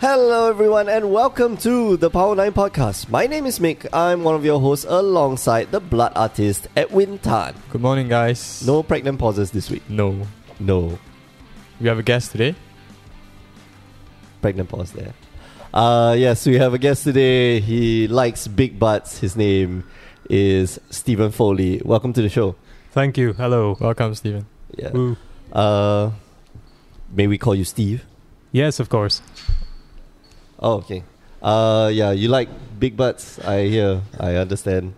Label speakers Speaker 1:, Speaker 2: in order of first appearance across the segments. Speaker 1: Hello, everyone, and welcome to the Power 9 podcast. My name is Mick. I'm one of your hosts alongside the blood artist Edwin Tan.
Speaker 2: Good morning, guys.
Speaker 1: No pregnant pauses this week.
Speaker 2: no.
Speaker 1: No
Speaker 2: We have a guest today.
Speaker 1: pregnant pause there. Uh, yes, we have a guest today. He likes big butts. His name is Stephen Foley. Welcome to the show.
Speaker 3: Thank you. Hello.
Speaker 2: Welcome, Stephen.
Speaker 1: Yeah.
Speaker 3: Woo.
Speaker 1: Uh, may we call you Steve?
Speaker 3: Yes, of course.
Speaker 1: Oh, okay. Uh, yeah, you like big butts. I hear. I understand.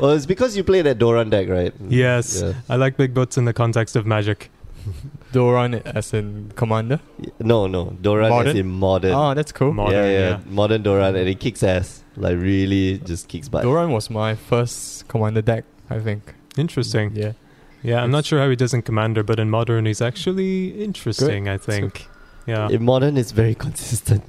Speaker 1: Well, it's because you play that Doran deck, right?
Speaker 3: Yes.
Speaker 1: Yeah.
Speaker 3: I like big butts in the context of magic.
Speaker 2: Doran as in commander.
Speaker 1: No, no. Doran
Speaker 2: Modern?
Speaker 1: is in modern.
Speaker 2: oh, that's cool.
Speaker 3: Modern,
Speaker 1: yeah, yeah,
Speaker 3: yeah.
Speaker 1: Modern Doran, and it kicks ass. Like, really just kicks butt.
Speaker 2: Doran was my first commander deck, I think.
Speaker 3: Interesting. Yeah,
Speaker 2: Yeah.
Speaker 3: I'm not sure how he does in Commander, but in Modern he's actually interesting, I think. Yeah.
Speaker 1: In modern, it's very consistent.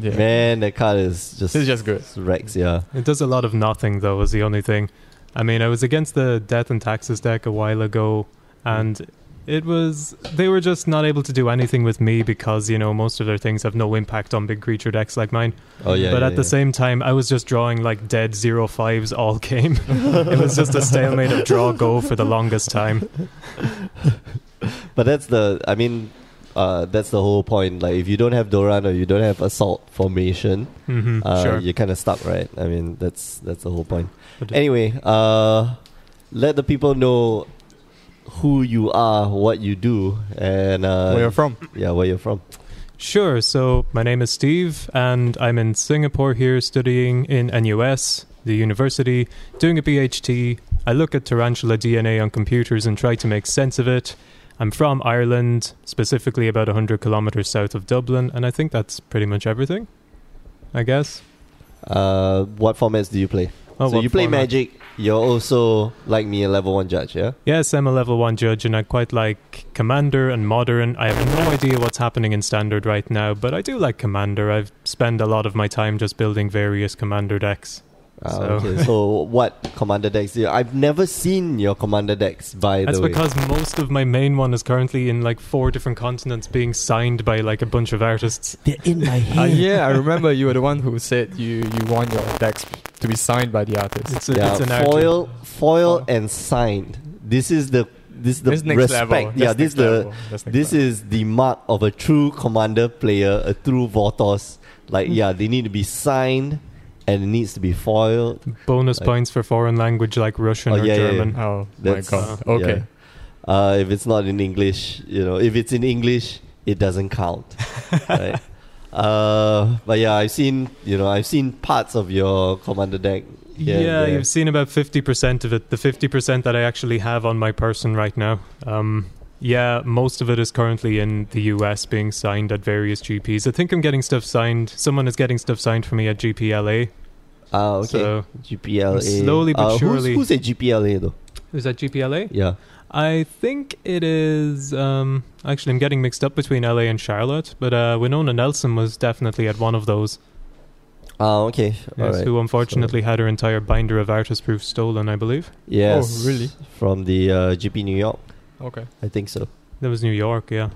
Speaker 2: Yeah.
Speaker 1: Man, that card is just.
Speaker 2: This is just good.
Speaker 1: It's Rex, yeah.
Speaker 3: It does a lot of nothing though, is the only thing. I mean, I was against the Death and Taxes deck a while ago and it was they were just not able to do anything with me because, you know, most of their things have no impact on big creature decks like mine.
Speaker 1: Oh yeah.
Speaker 3: but
Speaker 1: yeah,
Speaker 3: at the
Speaker 1: yeah.
Speaker 3: same time, I was just drawing like dead zero fives all game. it was just a stalemate of draw go for the longest time.
Speaker 1: But that's the. I mean, uh, that's the whole point. Like, if you don't have Doran or you don't have assault formation,
Speaker 3: hmm
Speaker 1: uh,
Speaker 2: Sure.
Speaker 1: you're kind of stuck, right? I mean, that's that's the whole point.
Speaker 3: But-
Speaker 1: Anyway, uh, let the people know who you are, what you do, and uh,
Speaker 2: Where you're from?
Speaker 1: yeah, where you're from.
Speaker 3: Sure. So my name is Steve, and I'm in Singapore here studying in NUS, the university, doing a PhD. I look at tarantula DNA on computers and try to make sense of it. I'm from Ireland, specifically about 100 kilometers south of Dublin, and I think that's pretty much everything, I guess.
Speaker 1: Uh, what formats do you play?
Speaker 3: Oh,
Speaker 1: so
Speaker 3: what
Speaker 1: you play
Speaker 3: format?
Speaker 1: Magic. You're also like me, a level one judge. Yeah.
Speaker 3: Yes, I'm a level one judge, and I quite like Commander and Modern. I have no idea what's happening in Standard right now, but I do like Commander. I've spent a lot of my time just building various Commander decks.
Speaker 1: Ah,
Speaker 3: So-
Speaker 1: Okay. So what commander decks? Do you? I've never seen your commander decks. By
Speaker 3: That's
Speaker 1: the way,
Speaker 3: because most of my main one is currently in like four different continents, being signed by like a bunch of artists.
Speaker 1: they're in my
Speaker 2: Uh, yeah, I remember you were the one who said you, you want your decks to be signed by the artist.
Speaker 3: It's, a,
Speaker 1: yeah,
Speaker 3: it's an
Speaker 1: foil, foil,
Speaker 2: Foil.
Speaker 1: and signed. This is the this is the
Speaker 2: That's next
Speaker 1: respect.
Speaker 2: level.
Speaker 1: Yeah, this
Speaker 2: That's next
Speaker 1: is the
Speaker 2: level. That's next
Speaker 1: this
Speaker 2: level.
Speaker 1: is the mark of a true commander player, a true Vortos. Like yeah, they need to be signed, and it needs to be foiled.
Speaker 3: art. bonus
Speaker 1: Like-
Speaker 3: points for foreign language like Russian
Speaker 1: Oh,
Speaker 3: or
Speaker 1: yeah, yeah, yeah.
Speaker 3: German.
Speaker 2: Oh my
Speaker 1: That's-
Speaker 2: god.
Speaker 1: yeah.
Speaker 2: Okay.
Speaker 1: Uh, if it's not in English, you know, if it's in English, it doesn't count. right? Uh, but yeah, I've seen you know I've seen parts of your commander deck. here and
Speaker 3: Yeah,
Speaker 1: there.
Speaker 3: you've seen about 50% of it, the 50% that I actually have on my person right now. Um, yeah, most of it is currently in the US being signed at various GPs. I think I'm getting stuff signed. Someone is getting stuff signed for me at GPLA.
Speaker 1: Ah, okay.
Speaker 3: So,
Speaker 1: GPLA.
Speaker 3: Slowly but
Speaker 1: Uh, who's-
Speaker 3: surely.
Speaker 1: Who's, at GPLA though?
Speaker 3: is that GPLA?
Speaker 1: Yeah.
Speaker 3: I think it is. Um, actually, I'm getting mixed up between LA and Charlotte, but uh, Winona Nelson was definitely at one of those.
Speaker 1: Ah, okay. All
Speaker 3: Yes,
Speaker 1: right.
Speaker 3: Who unfortunately had her entire binder of artist proof stolen, I believe.
Speaker 1: Yes.
Speaker 2: Oh, really?
Speaker 1: From the uh, GP New York,
Speaker 2: Okay.
Speaker 1: I think so.
Speaker 3: That was New York, yeah.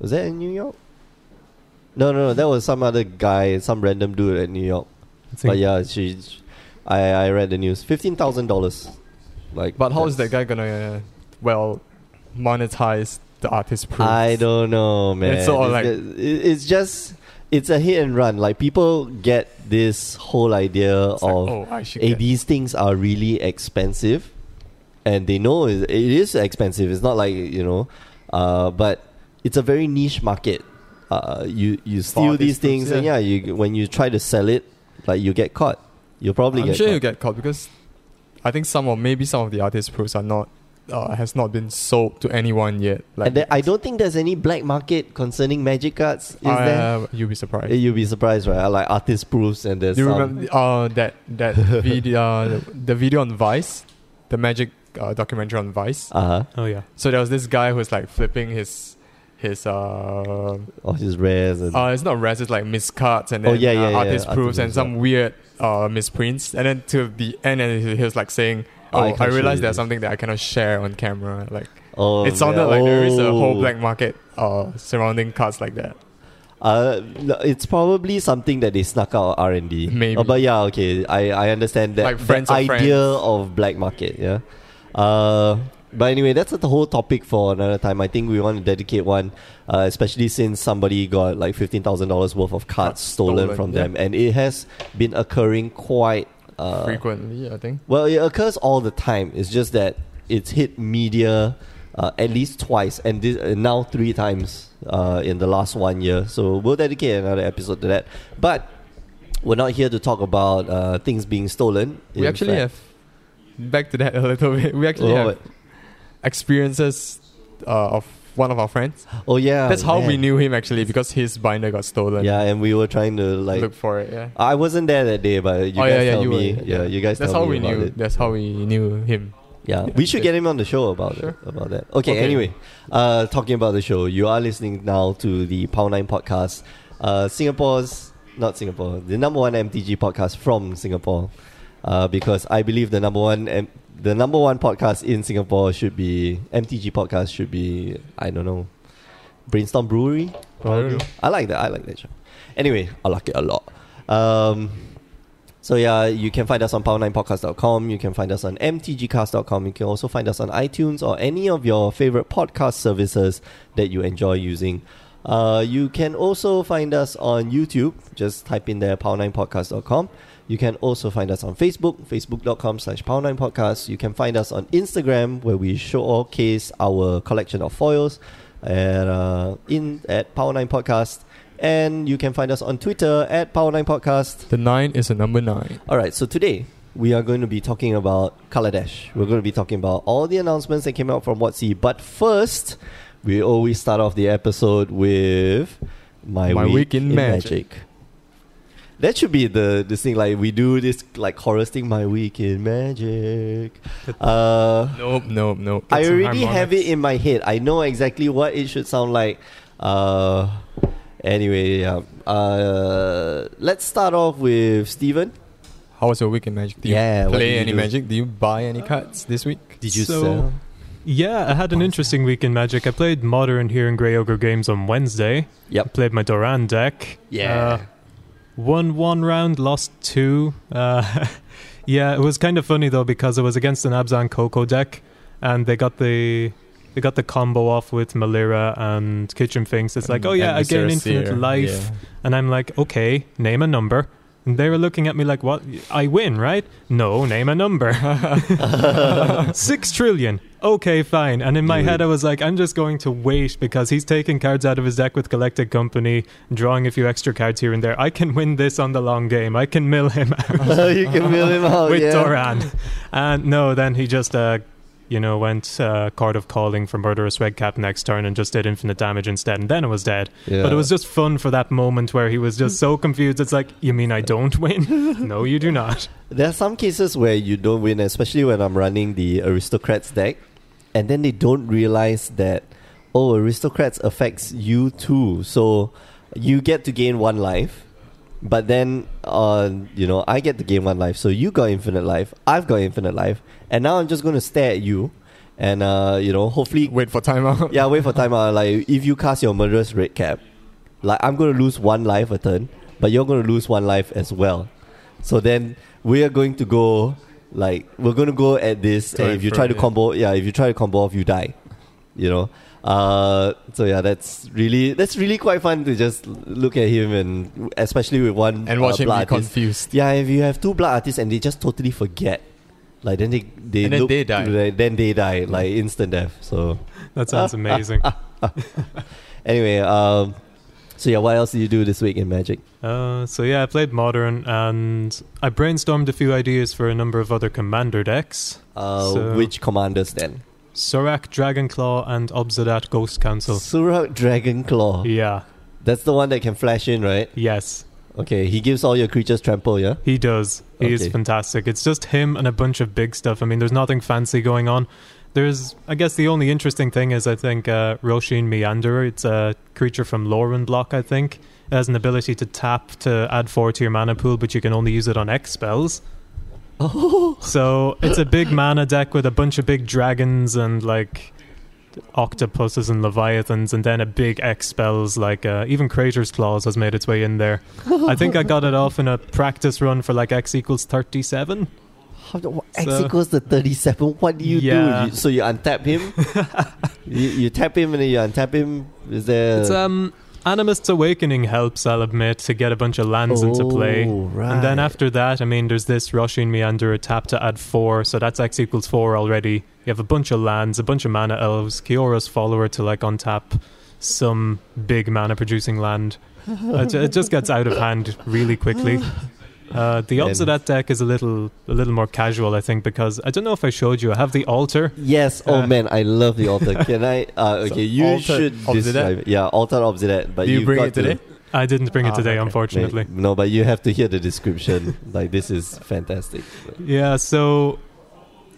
Speaker 1: Was that in New York? No, no, no. That was some other guy, some random dude at New York.
Speaker 3: I think
Speaker 1: But Oh, yeah, she, I, I read the news. Fifteen thousand dollars. Like,
Speaker 2: But how is that
Speaker 1: that's-
Speaker 2: guy gonna, uh, well, monetize the artist proof?
Speaker 1: I don't know, man.
Speaker 2: It's all like-
Speaker 1: ju- it- it's just it's a hit and run. Like people get this whole idea
Speaker 2: It's like,
Speaker 1: of
Speaker 2: oh, I should
Speaker 1: eh,
Speaker 2: get
Speaker 1: these things are really expensive, and they know it, it is expensive. It's not like you know, uh, but it's a very niche market. Uh, you you steal
Speaker 2: artist
Speaker 1: these
Speaker 2: groups,
Speaker 1: things, and yeah,
Speaker 2: yeah.
Speaker 1: you when you try to sell it, like you get caught. You'll probably
Speaker 2: I'm
Speaker 1: get
Speaker 2: sure
Speaker 1: caught.
Speaker 2: you get caught because I think some or maybe some of the artist proofs are not uh, has not been sold to anyone yet. Like
Speaker 1: and there, I don't think there's any black market concerning magic cards. Is
Speaker 2: uh,
Speaker 1: there?
Speaker 2: You'll be surprised.
Speaker 1: Eh, You'll be surprised, right? Like artist proofs, and there's
Speaker 2: Do you
Speaker 1: some-
Speaker 2: remember uh, that that video uh, the video on Vice, the magic uh, documentary on Vice.
Speaker 1: Uh-huh.
Speaker 3: Oh, yeah.
Speaker 2: So there was this guy who was like flipping his his uh,
Speaker 1: All his rares and
Speaker 2: uh it's not res it's like miscards and
Speaker 1: Oh,
Speaker 2: then
Speaker 1: yeah, yeah,
Speaker 2: uh,
Speaker 1: yeah,
Speaker 2: artist
Speaker 1: artist
Speaker 2: proofs and
Speaker 1: proofs,
Speaker 2: some weird uh misprints and then to the end and he, he was like saying
Speaker 1: Oh,
Speaker 2: oh
Speaker 1: I
Speaker 2: I,
Speaker 1: can't show
Speaker 2: realized
Speaker 1: you
Speaker 2: there's
Speaker 1: this."
Speaker 2: something that I cannot share on camera like
Speaker 1: oh,
Speaker 2: it sounded
Speaker 1: man.
Speaker 2: like there is a
Speaker 1: Oh.
Speaker 2: whole black market uh surrounding cards like that
Speaker 1: Uh, no, it's probably something that they snuck out R and D. Oh,
Speaker 2: Maybe.
Speaker 1: but yeah, okay, I, I understand that
Speaker 2: Like
Speaker 1: the
Speaker 2: friends of
Speaker 1: idea
Speaker 2: friends.
Speaker 1: of black market. Yeah. Uh, but anyway, that's a whole topic for another time. I think we want to dedicate one, uh, especially since somebody got like fifteen thousand dollars worth of cards
Speaker 2: Cards
Speaker 1: stolen,
Speaker 2: stolen,
Speaker 1: from
Speaker 2: yeah.
Speaker 1: them, and it has been occurring quite uh,
Speaker 2: frequently, I think.
Speaker 1: well, it occurs all the time. It's just that it's hit media uh, at least twice, and this, uh, now three times uh, in the last one year. So we'll dedicate another episode to that. But we're not here to talk about uh, things being stolen.
Speaker 2: we actually have back to that a little bit. We actually
Speaker 1: Oh,
Speaker 2: have experiences uh, of one of our friends.
Speaker 1: have. Oh yeah,
Speaker 2: That's how we
Speaker 1: man.
Speaker 2: knew him actually, because his binder got stolen.
Speaker 1: Yeah, and we were trying to like.
Speaker 2: look for it. Yeah.
Speaker 1: I wasn't there that day, but you
Speaker 2: oh
Speaker 1: guys
Speaker 2: yeah, yeah,
Speaker 1: tell
Speaker 2: you
Speaker 1: me.
Speaker 2: were.
Speaker 1: yeah, you guys.
Speaker 2: That's
Speaker 1: tell
Speaker 2: how
Speaker 1: me
Speaker 2: we
Speaker 1: about
Speaker 2: knew.
Speaker 1: It.
Speaker 2: That's how we knew him.
Speaker 1: Yeah,
Speaker 2: Yeah.
Speaker 1: we should get him on the show about
Speaker 2: Sure.
Speaker 1: it, about that. Okay,
Speaker 2: Okay.
Speaker 1: anyway, uh, talking about the show, you are listening now to the Power Nine podcast, uh, Singapore's not Singapore, the number one MTG podcast from Singapore, uh, because I believe the number one M- the number one podcast in Singapore should be MTG podcast should be I don't know, Brainstorm Brewery.
Speaker 2: Probably.
Speaker 1: I like that. I like that show. Anyway, I like it a lot. Um, so yeah, you can find us on power9podcast.com. You can find us on mtgcast.com. You can also find us on iTunes or any of your favorite podcast services that you enjoy using. Uh, you can also find us on YouTube. Just type in there power9podcast.com. You can also find us on Facebook, facebook.com slash power9podcast. You can find us on Instagram where we showcase our collection of foils at, uh, in, at power9podcast. And you can find us on Twitter at power9podcast.
Speaker 2: The nine is a number nine.
Speaker 1: All right, so today we are going to be talking about Color Dash. We're going to be talking about all the announcements that came out from WotC. But first, we always start off the episode with my,
Speaker 2: My Week in Magic.
Speaker 1: That should be the this thing like we do this like chorus thing. My week in magic. Uh,
Speaker 2: Nope, nope, nope.
Speaker 1: I
Speaker 3: Get some
Speaker 1: already have it
Speaker 3: harmonics.
Speaker 1: in my head. I know exactly what it should sound like. Uh, anyway, yeah. Uh, let's start off with Steven.
Speaker 2: How was your week in Magic? Do you
Speaker 1: Yeah, what did
Speaker 2: play
Speaker 1: you
Speaker 2: any
Speaker 1: do?
Speaker 2: Magic? Do you buy any cards this week?
Speaker 1: Did you
Speaker 3: So-
Speaker 1: sell?
Speaker 3: Yeah, I had an interesting week in Magic. I played Modern here in Grey Ogre Games on Wednesday. I
Speaker 1: Yep.
Speaker 3: played my Doran deck. Uh, won one round, lost two. Uh, yeah, it was kind of funny though because it was against an Abzan Coco deck, and they got the they got the combo off with Malira and Kitchen Finks. It's like, oh yeah, I
Speaker 2: And
Speaker 3: gain
Speaker 2: Mr.
Speaker 3: infinite
Speaker 2: Seer.
Speaker 3: life,
Speaker 2: Yeah.
Speaker 3: and I'm like, okay, name a number. And they were looking at me like, what? I win, right? No, name a number. Six trillion. Okay, fine. And in my
Speaker 1: Dude.
Speaker 3: head, I was like, I'm just going to wait because he's taking cards out of his deck with Collected Company, drawing a few extra cards here and there. I can win this on the long game. I can mill him out
Speaker 1: you can wheel him out.
Speaker 3: with
Speaker 1: Oh, yeah.
Speaker 3: Doran. And no, then he just, uh, you know, went uh, Card of Calling for Murderous Red Cap next turn and just did infinite damage instead. And then it was dead. But it was just fun for that moment where he was just so confused. It's like, you mean I don't win? no, you do not.
Speaker 1: There are some cases where you don't win, especially when I'm running the aristocrats deck, and then they don't realize that oh, aristocrats affects you too. So you get to gain one life, but then uh, you know I get to gain one life. So you got infinite life, I've got infinite life, and now I'm just going to stare at you, and uh, you know hopefully
Speaker 2: Wait for timeout.
Speaker 1: yeah, wait for time. Uh, like if you cast your murderous red cap, like I'm gonna lose one life a turn, but you're gonna lose one life as well. So then we are going to go like we're gonna go at this,
Speaker 2: To
Speaker 1: and
Speaker 2: and
Speaker 1: if you
Speaker 2: fro,
Speaker 1: try to
Speaker 2: yeah.
Speaker 1: combo, yeah, if you try to combo off, you die. You know. Uh, so yeah, that's really that's really quite fun to just look at him and especially with one
Speaker 2: And watch
Speaker 1: uh,
Speaker 2: him be
Speaker 1: blood artist.
Speaker 2: confused.
Speaker 1: Yeah, if you have two blood artists and they just totally forget, like then they they
Speaker 2: And then
Speaker 1: look-
Speaker 2: they die.
Speaker 1: like, then they die like instant death. So
Speaker 3: That sounds amazing.
Speaker 1: Anyway, um, so yeah, what else did you do this week in Magic?
Speaker 3: Uh, so yeah, I played Modern, and I brainstormed a few ideas for a number of other commander decks:
Speaker 1: Uh,
Speaker 3: So-
Speaker 1: which commanders then?
Speaker 3: Sorak, Dragonclaw, and Obsidat Ghost Council.
Speaker 1: Surak Dragon Claw.
Speaker 3: Yeah.
Speaker 1: That's the one that can flash in, right?
Speaker 3: Yes,
Speaker 1: Okay, he gives all your creatures trample, yeah?
Speaker 3: he does. He is
Speaker 1: Okay.
Speaker 3: fantastic. It's just him and a bunch of big stuff. I mean, there's nothing fancy going on. There's, I guess, the only interesting thing is I think uh, Roshin Meanderer. It's a creature from Lauren Block. I think it has an ability to tap to add four to your mana pool, but you can only use it on X spells.
Speaker 1: Oh,
Speaker 3: So it's a big mana deck with a bunch of big dragons and like octopuses and leviathans, and then a big X spells like uh, even Crater's Claws has made its way in there. I think I got it off in a practice run for like X equals thirty seven.
Speaker 1: How do, what, X
Speaker 3: So-
Speaker 1: equals the 37. What do you
Speaker 3: Yeah.
Speaker 1: do? You, so you untap him? you, you tap him and then you untap him? Is there.
Speaker 3: It's um Animist's Awakening helps, I'll admit, to get a bunch of lands into play.
Speaker 1: Oh, right.
Speaker 3: And then after that, I mean, there's this rushing meander tap to add four, so that's x equals four already. You have a bunch of lands, a bunch of mana elves, Kiora's follower to like untap some big mana producing land. Uh, ju- it just gets out of hand really quickly. Uh, the odds of
Speaker 1: Then-
Speaker 3: that deck is a little, a little more casual, I think, because I don't know if I showed you. I have the altar.
Speaker 1: Yes. Oh
Speaker 3: Uh,
Speaker 1: man, I love the altar. Can I? Uh,
Speaker 2: So
Speaker 1: okay, you
Speaker 2: altar
Speaker 1: should
Speaker 2: obsidian?
Speaker 1: describe. It. Yeah, altar obsidian. But
Speaker 2: Do you
Speaker 1: you've
Speaker 2: bring
Speaker 1: got
Speaker 2: it today?
Speaker 1: To,
Speaker 3: I didn't bring it
Speaker 2: Ah,
Speaker 3: today,
Speaker 2: okay.
Speaker 3: unfortunately.
Speaker 1: Wait, no, but you have to hear the description. like this is fantastic.
Speaker 3: Yeah, so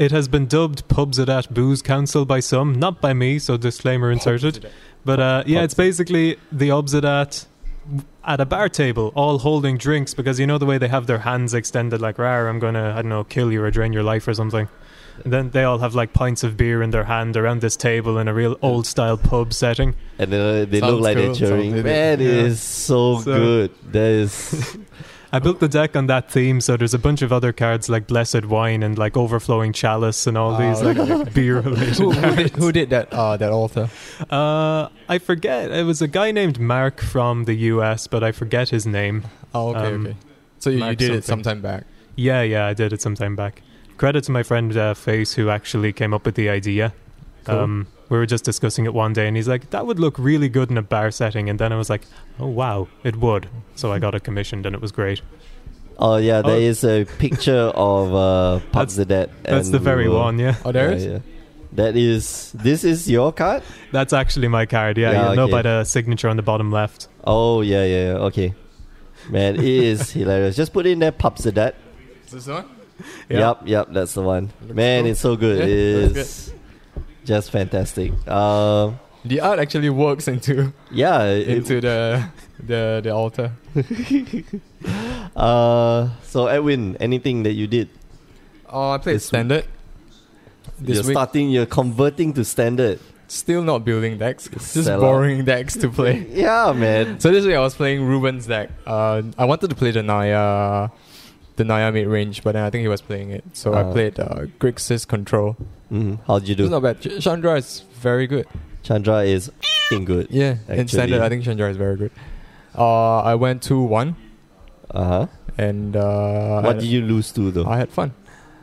Speaker 3: it has been dubbed Pubs at At Booze Council by some, not by me, so disclaimer inserted. But uh, yeah, it's basically the obs at at at a bar table, all holding drinks because you know the way they have their hands extended, like "Rar, I'm gonna, I don't know, kill you or drain your life or something." And then they all have like pints of beer in their hand around this table in a real old style pub setting.
Speaker 1: And then uh, they look
Speaker 2: Sounds
Speaker 1: like
Speaker 2: cool,
Speaker 1: they're
Speaker 2: sounds
Speaker 1: cheering.
Speaker 2: really-
Speaker 1: Man,
Speaker 3: Yeah.
Speaker 1: it is so,
Speaker 3: So-
Speaker 1: good. That is.
Speaker 3: I built the deck on that theme, so there's a bunch of other cards like Blessed Wine and like Overflowing Chalice and all
Speaker 2: Ah,
Speaker 3: these like
Speaker 2: okay.
Speaker 3: beer related.
Speaker 2: who, who did, who did that? Uh, that altar.
Speaker 3: Uh, I forget. It was a guy named Mark from the US, but I forget his name.
Speaker 2: Oh, okay,
Speaker 3: Um,
Speaker 2: okay. So you, you
Speaker 3: Mark
Speaker 2: did it some time
Speaker 3: something.
Speaker 2: back.
Speaker 3: Yeah, yeah, I did it some time back. Credit to my friend uh, Face, who actually came up with the idea.
Speaker 2: Cool.
Speaker 3: Um, we were just discussing it one day, and he's like, "That would look really good in a bar setting." And then I was like, "Oh wow, it would." So I got it commissioned, and it was great.
Speaker 1: Oh yeah, there
Speaker 3: Oh.
Speaker 1: is a picture of uh, Pubs
Speaker 3: That's-
Speaker 1: the Dead.
Speaker 3: That's the very one, yeah.
Speaker 2: Oh, there it is.
Speaker 1: That is. This is your card.
Speaker 3: That's actually my card. Yeah,
Speaker 1: Yeah,
Speaker 3: you'll know
Speaker 1: okay.
Speaker 3: by the signature on the bottom left.
Speaker 1: Oh yeah, yeah. yeah, Okay. Man, it is hilarious. Just put in there, Pubs the Dead.
Speaker 2: Is this one?
Speaker 3: Yeah.
Speaker 1: Yep, yep, that's the one.
Speaker 2: Looks
Speaker 1: Man,
Speaker 2: cool.
Speaker 1: it's so good.
Speaker 2: Yeah,
Speaker 1: it
Speaker 2: looks
Speaker 1: is just fantastic. Um,
Speaker 2: The art actually works into
Speaker 1: yeah, it-
Speaker 2: into the the the altar.
Speaker 1: uh, so Edwin, anything that you did?
Speaker 2: Oh, I played
Speaker 1: This week.
Speaker 2: standard. This
Speaker 1: you're
Speaker 2: week,
Speaker 1: starting, you're converting to standard.
Speaker 2: still not building decks. It's just
Speaker 1: Sell out.
Speaker 2: borrowing decks to play.
Speaker 1: Yeah, man.
Speaker 2: So this week I was playing Ruben's deck. Uh, I wanted to play the Naya, the Naya mid range, but then I think he was playing it, so I
Speaker 1: Ah.
Speaker 2: played uh, Grixis control.
Speaker 1: Mhm, How'd you
Speaker 2: It's
Speaker 1: do?
Speaker 2: not bad. Ch- Chandra is very good.
Speaker 1: Chandra is f***ing good.
Speaker 2: Yeah, in
Speaker 1: Actually.
Speaker 2: standard I think Chandra is very good. Uh, I went two one,
Speaker 1: Uh huh.
Speaker 2: and uh,
Speaker 1: What
Speaker 2: I,
Speaker 1: did you lose to though?
Speaker 2: I had fun.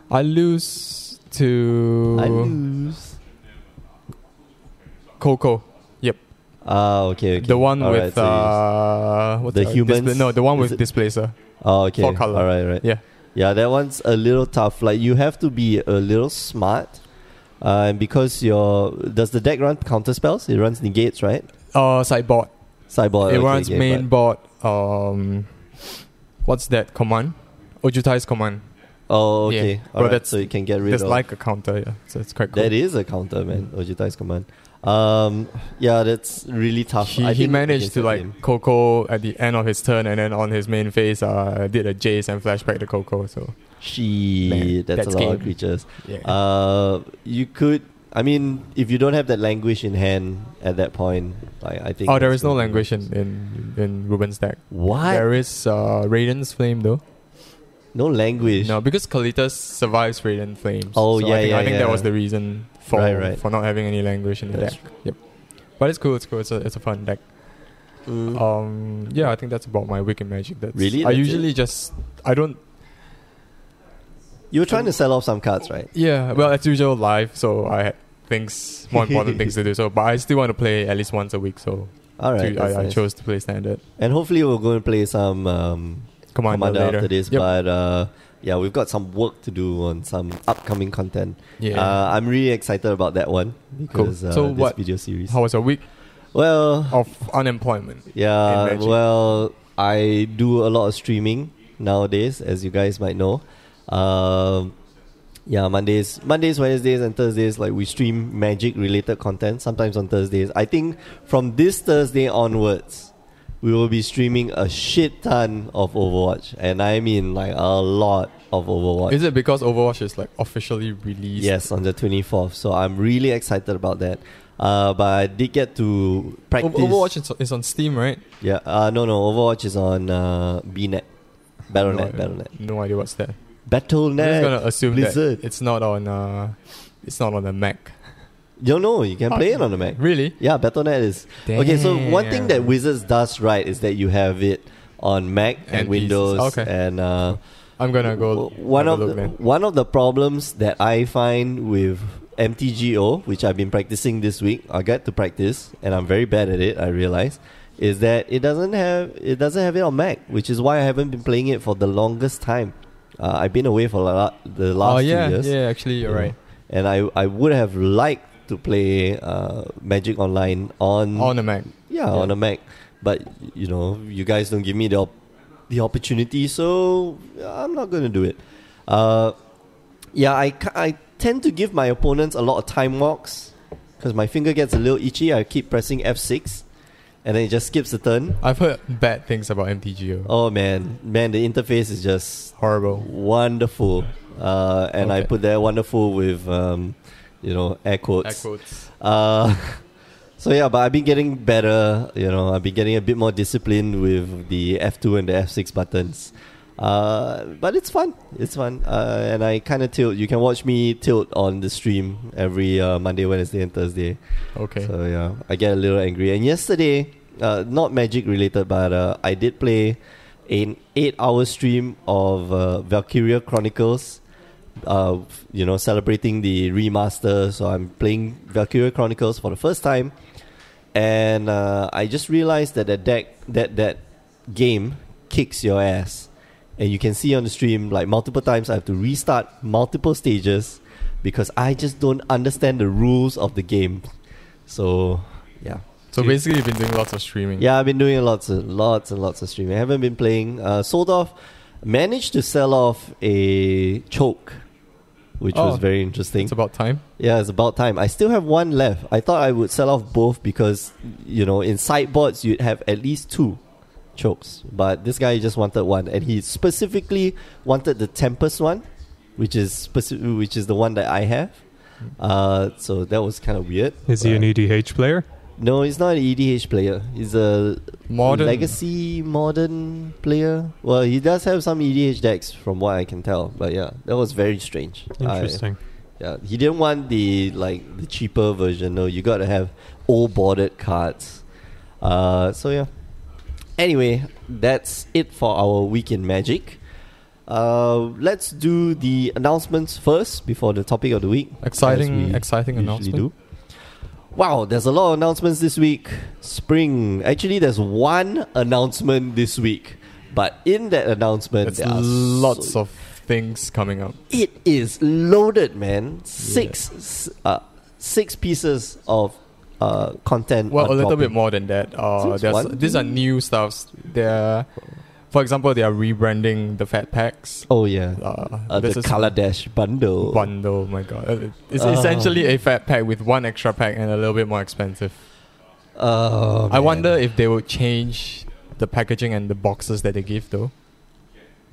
Speaker 2: I lose to
Speaker 1: I lose.
Speaker 2: Coco,
Speaker 1: Ah, okay, okay.
Speaker 2: the one
Speaker 1: All right,
Speaker 2: with
Speaker 1: so you lose.
Speaker 2: uh, what's
Speaker 1: The
Speaker 2: it, uh,
Speaker 1: humans?
Speaker 2: Displa- no, the one
Speaker 1: Is
Speaker 2: with
Speaker 1: it-
Speaker 2: displacer.
Speaker 1: oh, okay.
Speaker 2: four colour.
Speaker 1: All right, right.
Speaker 2: Yeah.
Speaker 1: Yeah, that one's a little tough. Like you have to be a little smart, uh, and because your does the deck run counter spells? It runs negates, right?
Speaker 2: Uh, sideboard.
Speaker 1: Cyborg.
Speaker 2: it
Speaker 1: Oh, okay,
Speaker 2: runs
Speaker 1: okay,
Speaker 2: main
Speaker 1: but-
Speaker 2: board. Um, what's that command? Ojutai's command.
Speaker 1: oh,
Speaker 2: Yeah.
Speaker 1: okay.
Speaker 2: Well,
Speaker 1: Alright,
Speaker 2: that's-
Speaker 1: so you can get rid
Speaker 2: That's
Speaker 1: of.
Speaker 2: like a counter. Yeah, so it's quite cool.
Speaker 1: that is a counter, man.
Speaker 2: Mm.
Speaker 1: Ojutai's command. Um, yeah, that's really tough.
Speaker 2: He,
Speaker 1: I
Speaker 2: he
Speaker 1: think
Speaker 2: managed
Speaker 1: against
Speaker 2: to
Speaker 1: that
Speaker 2: like
Speaker 1: game.
Speaker 2: Coco at the end of his turn, and then on his main phase, uh, did a Jace and flashback to Coco. So
Speaker 1: She.
Speaker 2: Man,
Speaker 1: that's,
Speaker 2: that's
Speaker 1: a lot
Speaker 2: game.
Speaker 1: of creatures.
Speaker 2: yeah,
Speaker 1: Uh, you could. I mean, if you don't have that language in hand at that point, like I think.
Speaker 2: oh, there
Speaker 1: it's
Speaker 2: is no
Speaker 1: gonna be-
Speaker 2: language in in, in Ruben's deck.
Speaker 1: What?
Speaker 2: There is uh, Radiant's Flame though.
Speaker 1: no language.
Speaker 2: No, because Kalitas survives Radiant Flames.
Speaker 1: Oh,
Speaker 2: so
Speaker 1: yeah,
Speaker 2: I think, I
Speaker 1: yeah,
Speaker 2: think that
Speaker 1: yeah.
Speaker 2: was the reason for
Speaker 1: Right, right.
Speaker 2: for not having any language in the
Speaker 1: That's
Speaker 2: deck. Yep, but it's cool. It's cool. It's a it's a fun deck.
Speaker 1: Mm.
Speaker 2: Um, yeah, I think that's about my week in magic. That's
Speaker 1: Really?
Speaker 2: I
Speaker 1: That's
Speaker 2: usually just I don't.
Speaker 1: You were trying to sell off some cards, right?
Speaker 2: Yeah, well, as usual, live. So I had things more important things to do. So, but I still want to play at least once a week. So
Speaker 1: All right.
Speaker 2: to-
Speaker 1: that's
Speaker 2: I, I
Speaker 1: nice.
Speaker 2: chose to play standard
Speaker 1: And hopefully we're going to play some um,
Speaker 2: commander,
Speaker 1: Commander
Speaker 2: later.
Speaker 1: after this.
Speaker 2: Yep.
Speaker 1: But uh, yeah, we've got some work to do on some upcoming content.
Speaker 2: yeah.
Speaker 1: Uh, I'm really excited about that one because uh,
Speaker 2: So
Speaker 1: this
Speaker 2: what-
Speaker 1: video series.
Speaker 2: How was your week
Speaker 1: well,
Speaker 2: of unemployment?
Speaker 1: yeah,
Speaker 2: Magic.
Speaker 1: well, I do a lot of streaming nowadays, as you guys might know. Um, yeah, Mondays, Mondays, Wednesdays, and Thursdays, like we stream magic related content. Sometimes on Thursdays, I think from this Thursday onwards, we will be streaming a shit ton of Overwatch, and I mean like a lot of Overwatch.
Speaker 2: Is it because Overwatch is like officially released?
Speaker 1: Yes, on the 24th. So I'm really excited about that. Uh, but I did get to
Speaker 2: O-
Speaker 1: practice.
Speaker 2: Overwatch is- is on Steam, right?
Speaker 1: Yeah. Uh, no, no. Overwatch is on uh, BNet, BattleNet,
Speaker 2: no,
Speaker 1: BattleNet,
Speaker 2: No idea what's that. Oh, I'm just
Speaker 1: BattleNet.
Speaker 2: gonna assume
Speaker 1: Blizzard.
Speaker 2: that it's not on. Uh, it's not on the Mac.
Speaker 1: You know, you can play it on the Mac.
Speaker 2: Really?
Speaker 1: Yeah, BattleNet is okay. So one thing that
Speaker 2: Damn.
Speaker 1: Wizards does right is that you have it on Mac and,
Speaker 2: And PCs.
Speaker 1: Windows
Speaker 2: Okay.
Speaker 1: and. Uh,
Speaker 2: I'm gonna go.
Speaker 1: W- one
Speaker 2: have
Speaker 1: of
Speaker 2: a look,
Speaker 1: the,
Speaker 2: man.
Speaker 1: one of the problems that I find with MTGO, which I've been practicing this week, I got to practice, and I'm very bad at it. I realize is that it doesn't have it doesn't have it on Mac, which is why I haven't been playing it for the longest time. Uh, I've been away for la- la- the last
Speaker 2: oh yeah,
Speaker 1: two years,
Speaker 2: yeah. Actually, you're
Speaker 1: you know,
Speaker 2: right.
Speaker 1: and I I would have liked to play uh, Magic Online on
Speaker 2: On the Mac.
Speaker 1: yeah, on a Mac. But you know, you guys don't give me the op- the opportunity, so I'm not gonna do it. Uh, yeah, I ca- I tend to give my opponents a lot of time walks because my finger gets a little itchy. I keep pressing F6, and then it just skips a turn.
Speaker 2: I've heard bad things about MTGO.
Speaker 1: Oh man, man, the interface is just
Speaker 2: Horrible.
Speaker 1: wonderful. Uh, and I
Speaker 2: Okay.
Speaker 1: put that wonderful with um, you know air
Speaker 2: Air
Speaker 1: quotes.
Speaker 2: quotes.
Speaker 1: Uh, so yeah, but I've been getting better. You know, I've been getting a bit more disciplined with the F2 and the F6 buttons. Uh, but it's fun. It's fun, uh, and I kind of tilt. You can watch me tilt on the stream every uh, Monday, Wednesday, and Thursday.
Speaker 2: Okay.
Speaker 1: So yeah, I get a little angry. And yesterday, uh, not magic related, but uh, I did play an eight-hour stream of uh, Valkyria Chronicles. Uh, f- you know, celebrating the remaster. So I'm playing Valkyria Chronicles for the first time, and uh, I just realized that that deck that that game kicks your ass. And you can see on the stream, like multiple times, I have to restart multiple stages because I just don't understand the rules of the game. So yeah,
Speaker 2: So basically, you've been doing lots of streaming.
Speaker 1: yeah, I've been doing lots and lots and lots of streaming. I haven't been playing. Uh, sold off, managed to sell off a choke, which
Speaker 2: Oh.
Speaker 1: was very interesting.
Speaker 2: It's about time.
Speaker 1: yeah, it's about time. I still have one left. I thought I would sell off both because you know in sideboards you'd have at least two chokes, but this guy just wanted one, and he specifically wanted the tempest one, which is specific, which is the one that I have. Uh, so that was kind of weird.
Speaker 3: Is he
Speaker 1: but-
Speaker 3: an EDH player?
Speaker 1: no, he's not an EDH player. He's a
Speaker 2: Modern.
Speaker 1: legacy modern player. Well, he does have some EDH decks from what I can tell, but yeah, that was very strange. I-
Speaker 3: Interesting.
Speaker 1: yeah, he didn't want the like the cheaper version. No, you got to have all bordered cards. Uh, so yeah. Anyway, that's it for our week in Magic. Uh, let's do the announcements first before the topic of the week. as
Speaker 2: Exciting,
Speaker 1: we
Speaker 2: exciting
Speaker 1: usually
Speaker 2: announcement.
Speaker 1: do. Wow, there's a lot of announcements this week. Spring. Actually, there's one announcement this week, but in that announcement,
Speaker 2: It's
Speaker 1: there are
Speaker 2: lots
Speaker 1: so- Mm,
Speaker 2: of things coming up.
Speaker 1: It is loaded, man. Six, s- uh, six pieces of uh, content.
Speaker 2: Well,
Speaker 1: are
Speaker 2: a little bit
Speaker 1: dropping.
Speaker 2: more than that. Uh,
Speaker 1: Since
Speaker 2: there's,
Speaker 1: one-
Speaker 2: these are new stuffs. They're, for example, they are rebranding the fat packs.
Speaker 1: Oh yeah,
Speaker 2: Uh,
Speaker 1: uh,
Speaker 2: this
Speaker 1: the
Speaker 2: is
Speaker 1: color dash bundle.
Speaker 2: bundle. My God, Uh, it's
Speaker 1: Uh.
Speaker 2: essentially a fat pack with one extra pack and a little bit more expensive.
Speaker 1: Oh,
Speaker 2: I
Speaker 1: man.
Speaker 2: wonder if they will change the packaging and the boxes that they give, though.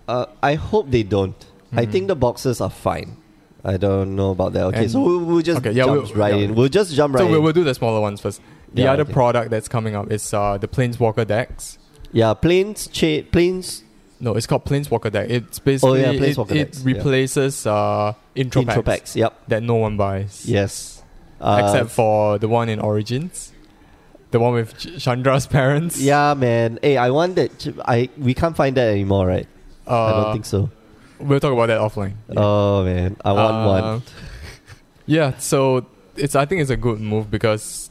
Speaker 1: Uh, I hope they don't. I
Speaker 2: Mhm.
Speaker 1: think the boxes are fine. I don't know about that. Okay,
Speaker 2: And-
Speaker 1: so we'll, we'll just
Speaker 2: Okay, yeah,
Speaker 1: jump
Speaker 2: we'll-
Speaker 1: right
Speaker 2: yeah.
Speaker 1: in. We'll just jump right
Speaker 2: So we'll,
Speaker 1: in.
Speaker 2: we'll do the smaller ones first. The
Speaker 1: Yeah,
Speaker 2: other
Speaker 1: okay.
Speaker 2: product that's coming up is uh, the Planeswalker decks.
Speaker 1: Yeah, planes, cha- planes.
Speaker 2: No, it's called Planeswalker deck. It's basically it-
Speaker 1: Planeswalker
Speaker 2: it,
Speaker 1: decks, Oh, yeah.
Speaker 2: replaces uh, intro,
Speaker 1: intro
Speaker 2: packs
Speaker 1: packs. Yep.
Speaker 2: that no one buys.
Speaker 1: Yes. Uh,
Speaker 2: except for the one in Origins, the one with Ch- Chandra's parents.
Speaker 1: Yeah, man. Hey, I want that. ch- I we can't find that anymore, right?
Speaker 2: uh,
Speaker 1: I don't think so.
Speaker 2: We'll talk about that offline.
Speaker 1: Oh man, I want
Speaker 2: Uh,
Speaker 1: one.
Speaker 2: Yeah, so it's I think it's a good move because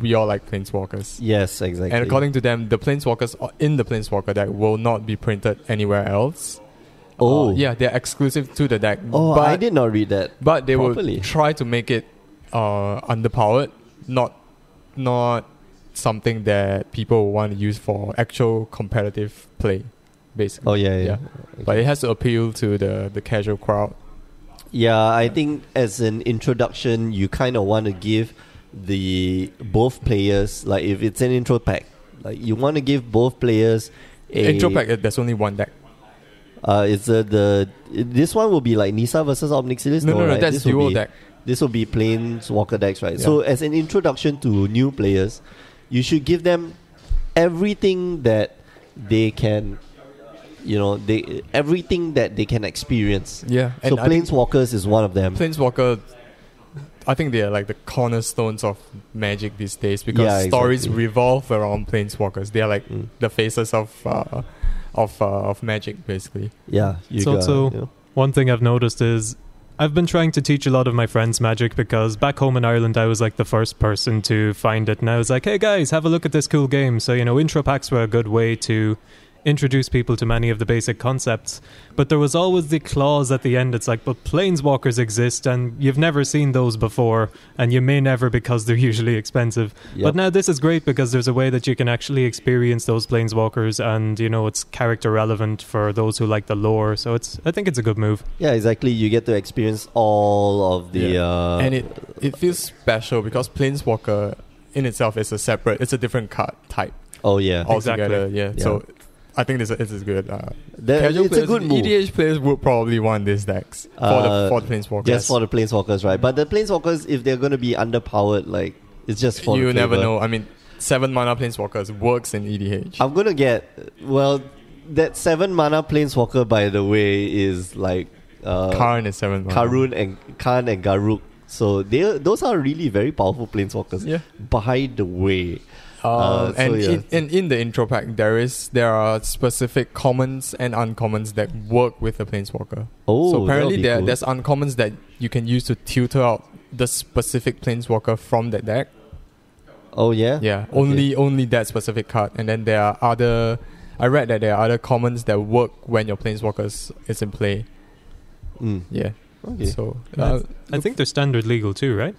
Speaker 2: we all like planeswalkers,
Speaker 1: Yes, exactly.
Speaker 2: and according to them, the planeswalkers o- in the planeswalker deck will not be printed anywhere else.
Speaker 1: oh
Speaker 2: Uh, yeah, they're exclusive to the deck.
Speaker 1: Oh,
Speaker 2: but,
Speaker 1: I did not read that.
Speaker 2: But they
Speaker 1: properly.
Speaker 2: will try to make it uh, underpowered, not not something that people want to use for actual competitive play, basically.
Speaker 1: Oh yeah, yeah.
Speaker 2: Yeah. But it has to appeal to the, the casual crowd.
Speaker 1: Yeah, I think as an introduction, you kind of want to give the both players like if it's an intro pack, like you want to give both players a
Speaker 2: Intro pack, uh, there's only one deck.
Speaker 1: Uh, it's uh, the this one will be like Nisa versus Omnixilis.
Speaker 2: No, no, no,
Speaker 1: right?
Speaker 2: that's
Speaker 1: This will
Speaker 2: dual
Speaker 1: be
Speaker 2: deck.
Speaker 1: This will be Planeswalker decks, right? So as an introduction to new players, you should give them everything that they can, you know, they everything that they can experience.
Speaker 2: Yeah.
Speaker 1: so
Speaker 2: and I think
Speaker 1: Planeswalkers is one of them.
Speaker 2: Planeswalker, I think they are like the cornerstones of magic these days because
Speaker 1: Yeah,
Speaker 2: stories
Speaker 1: exactly.
Speaker 2: revolve around Planeswalkers. They are like
Speaker 1: Mm.
Speaker 2: the faces of uh, of uh, of magic, basically.
Speaker 1: Yeah, you
Speaker 3: It's
Speaker 1: got,
Speaker 3: also-
Speaker 1: you know.
Speaker 3: One thing I've noticed is I've been trying to teach a lot of my friends magic because back home in Ireland, I was like the first person to find it. And I was like, hey guys, have a look at this cool game. So, you know, intro packs were a good way to introduce people to many of the basic concepts. But there was always the clause at the end. It's like, but planeswalkers exist and you've never seen those before. And you may never because they're usually expensive.
Speaker 1: Yep.
Speaker 3: But now this is great because there's a way that you can actually experience those planeswalkers, and you know it's character relevant for those who like the lore. So it's I think it's a good move.
Speaker 1: yeah, exactly. You get to experience all of the
Speaker 2: Yeah.
Speaker 1: uh,
Speaker 2: and it it feels special because Planeswalker in itself is a separate, it's a different card type
Speaker 1: oh yeah,
Speaker 3: Exactly.
Speaker 2: altogether. Yeah.
Speaker 1: Yeah.
Speaker 2: So I think this is, this is good. Uh,
Speaker 1: That-
Speaker 2: casual
Speaker 1: it's a
Speaker 2: players,
Speaker 1: good move.
Speaker 2: EDH players would probably want these decks for
Speaker 1: Uh,
Speaker 2: the for the Planeswalkers.
Speaker 1: Just for the planeswalkers, right? But the planeswalkers, if they're going to be underpowered, like it's just for
Speaker 2: you
Speaker 1: the
Speaker 2: never
Speaker 1: flavor.
Speaker 2: know. I mean, seven mana Planeswalkers works in E EDH.
Speaker 1: I'm gonna get well. That seven mana planeswalker, by the way, is like uh,
Speaker 2: Karn is seven mana.
Speaker 1: Karun and Khan and Garuk. So they those are really very powerful planeswalkers.
Speaker 2: Yeah.
Speaker 1: By the way, Uh,
Speaker 2: Uh,
Speaker 1: so
Speaker 2: and
Speaker 1: yeah.
Speaker 2: in, and in the intro pack, there is there are specific commons and uncommons that work with the planeswalker.
Speaker 1: oh,
Speaker 2: so apparently,
Speaker 1: that'll
Speaker 2: there,
Speaker 1: be
Speaker 2: there's uncommons that you can use to tutor out the specific planeswalker from that deck.
Speaker 1: cool. oh yeah,
Speaker 2: Yeah,
Speaker 1: Okay.
Speaker 2: only only that specific card. And then there are other. I read that there are other commons that work when your planeswalkers is in play.
Speaker 1: Mm,
Speaker 2: Yeah.
Speaker 1: okay.
Speaker 2: So uh,
Speaker 3: I think they're standard legal too, right?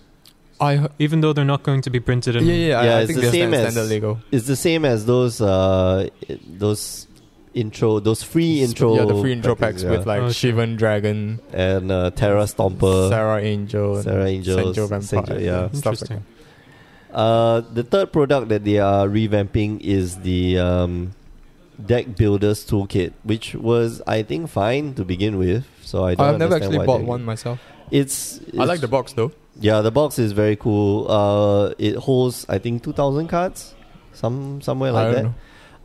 Speaker 2: I yeah
Speaker 3: Even though they're not going to be printed in.
Speaker 2: yeah, yeah
Speaker 1: Yeah,
Speaker 2: I, I
Speaker 1: it's
Speaker 2: think
Speaker 1: the
Speaker 2: they're
Speaker 1: same
Speaker 2: stand-
Speaker 1: as-
Speaker 2: standard Lego.
Speaker 1: it's the same as those uh i- those intro those free intro
Speaker 2: yeah, the free intro packs,
Speaker 1: yeah.
Speaker 2: with like
Speaker 3: Oh, Okay.
Speaker 2: Shivan Dragon,
Speaker 1: and uh, Terra Stomper.
Speaker 2: Sarah Angel, and
Speaker 1: Sarah Angel,
Speaker 2: Senjo Vampire,
Speaker 1: Senjo, yeah.
Speaker 2: stuff like that.
Speaker 3: Interesting.
Speaker 1: Uh, the third product that they are revamping is the um, deck builders toolkit, which was I think fine to begin with. So I don't
Speaker 2: I've never
Speaker 1: understand
Speaker 2: actually
Speaker 1: why
Speaker 2: bought
Speaker 1: they-
Speaker 2: one myself.
Speaker 1: It's,
Speaker 2: I
Speaker 1: it's-
Speaker 2: like the box though.
Speaker 1: yeah. The box is very cool. Uh, it holds I think two thousand cards, some somewhere
Speaker 2: I
Speaker 1: like
Speaker 2: don't
Speaker 1: that.
Speaker 2: know.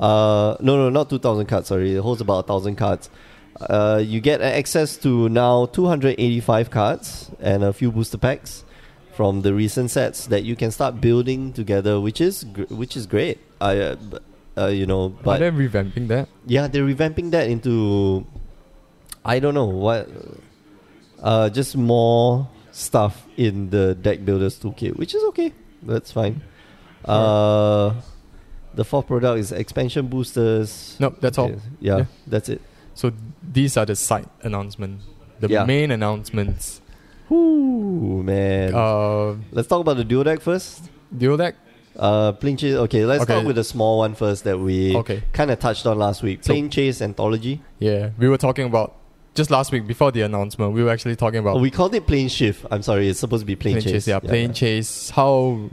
Speaker 1: Uh, no, no, not 2,000 cards, sorry. It holds about 1,000 cards. Uh, you get access to now 285 cards and a few booster packs from the recent sets that you can start building together, which is gr- which is great. I, uh, b- uh, you know,
Speaker 2: Are
Speaker 1: but
Speaker 2: they revamping that?
Speaker 1: yeah, they're revamping that into I don't know what, uh, just more stuff in the deck builders toolkit, which is okay. That's fine. Uh, the fourth product is expansion boosters.
Speaker 2: No, that's all.
Speaker 1: Okay, Yeah,
Speaker 2: Yeah.
Speaker 1: that's it.
Speaker 2: So these are the side announcements, the
Speaker 1: Yeah.
Speaker 2: main announcements.
Speaker 1: Whoo man.
Speaker 2: Uh,
Speaker 1: Let's talk about the duo deck first.
Speaker 2: dual deck.
Speaker 1: Uh, plane chase. Okay, let's
Speaker 2: Okay.
Speaker 1: start with the small one first that we
Speaker 2: Okay.
Speaker 1: kind of touched on last week.
Speaker 2: So-
Speaker 1: Plane chase anthology.
Speaker 2: Yeah, we were talking about just last week before the announcement. We were actually talking about
Speaker 1: oh, we called it plane shift. I'm sorry, it's supposed to be plane,
Speaker 2: plane chase. Yeah, plane chase. How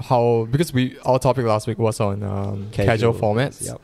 Speaker 2: how because we our topic last week was on um, casual, formats.
Speaker 1: Yeah.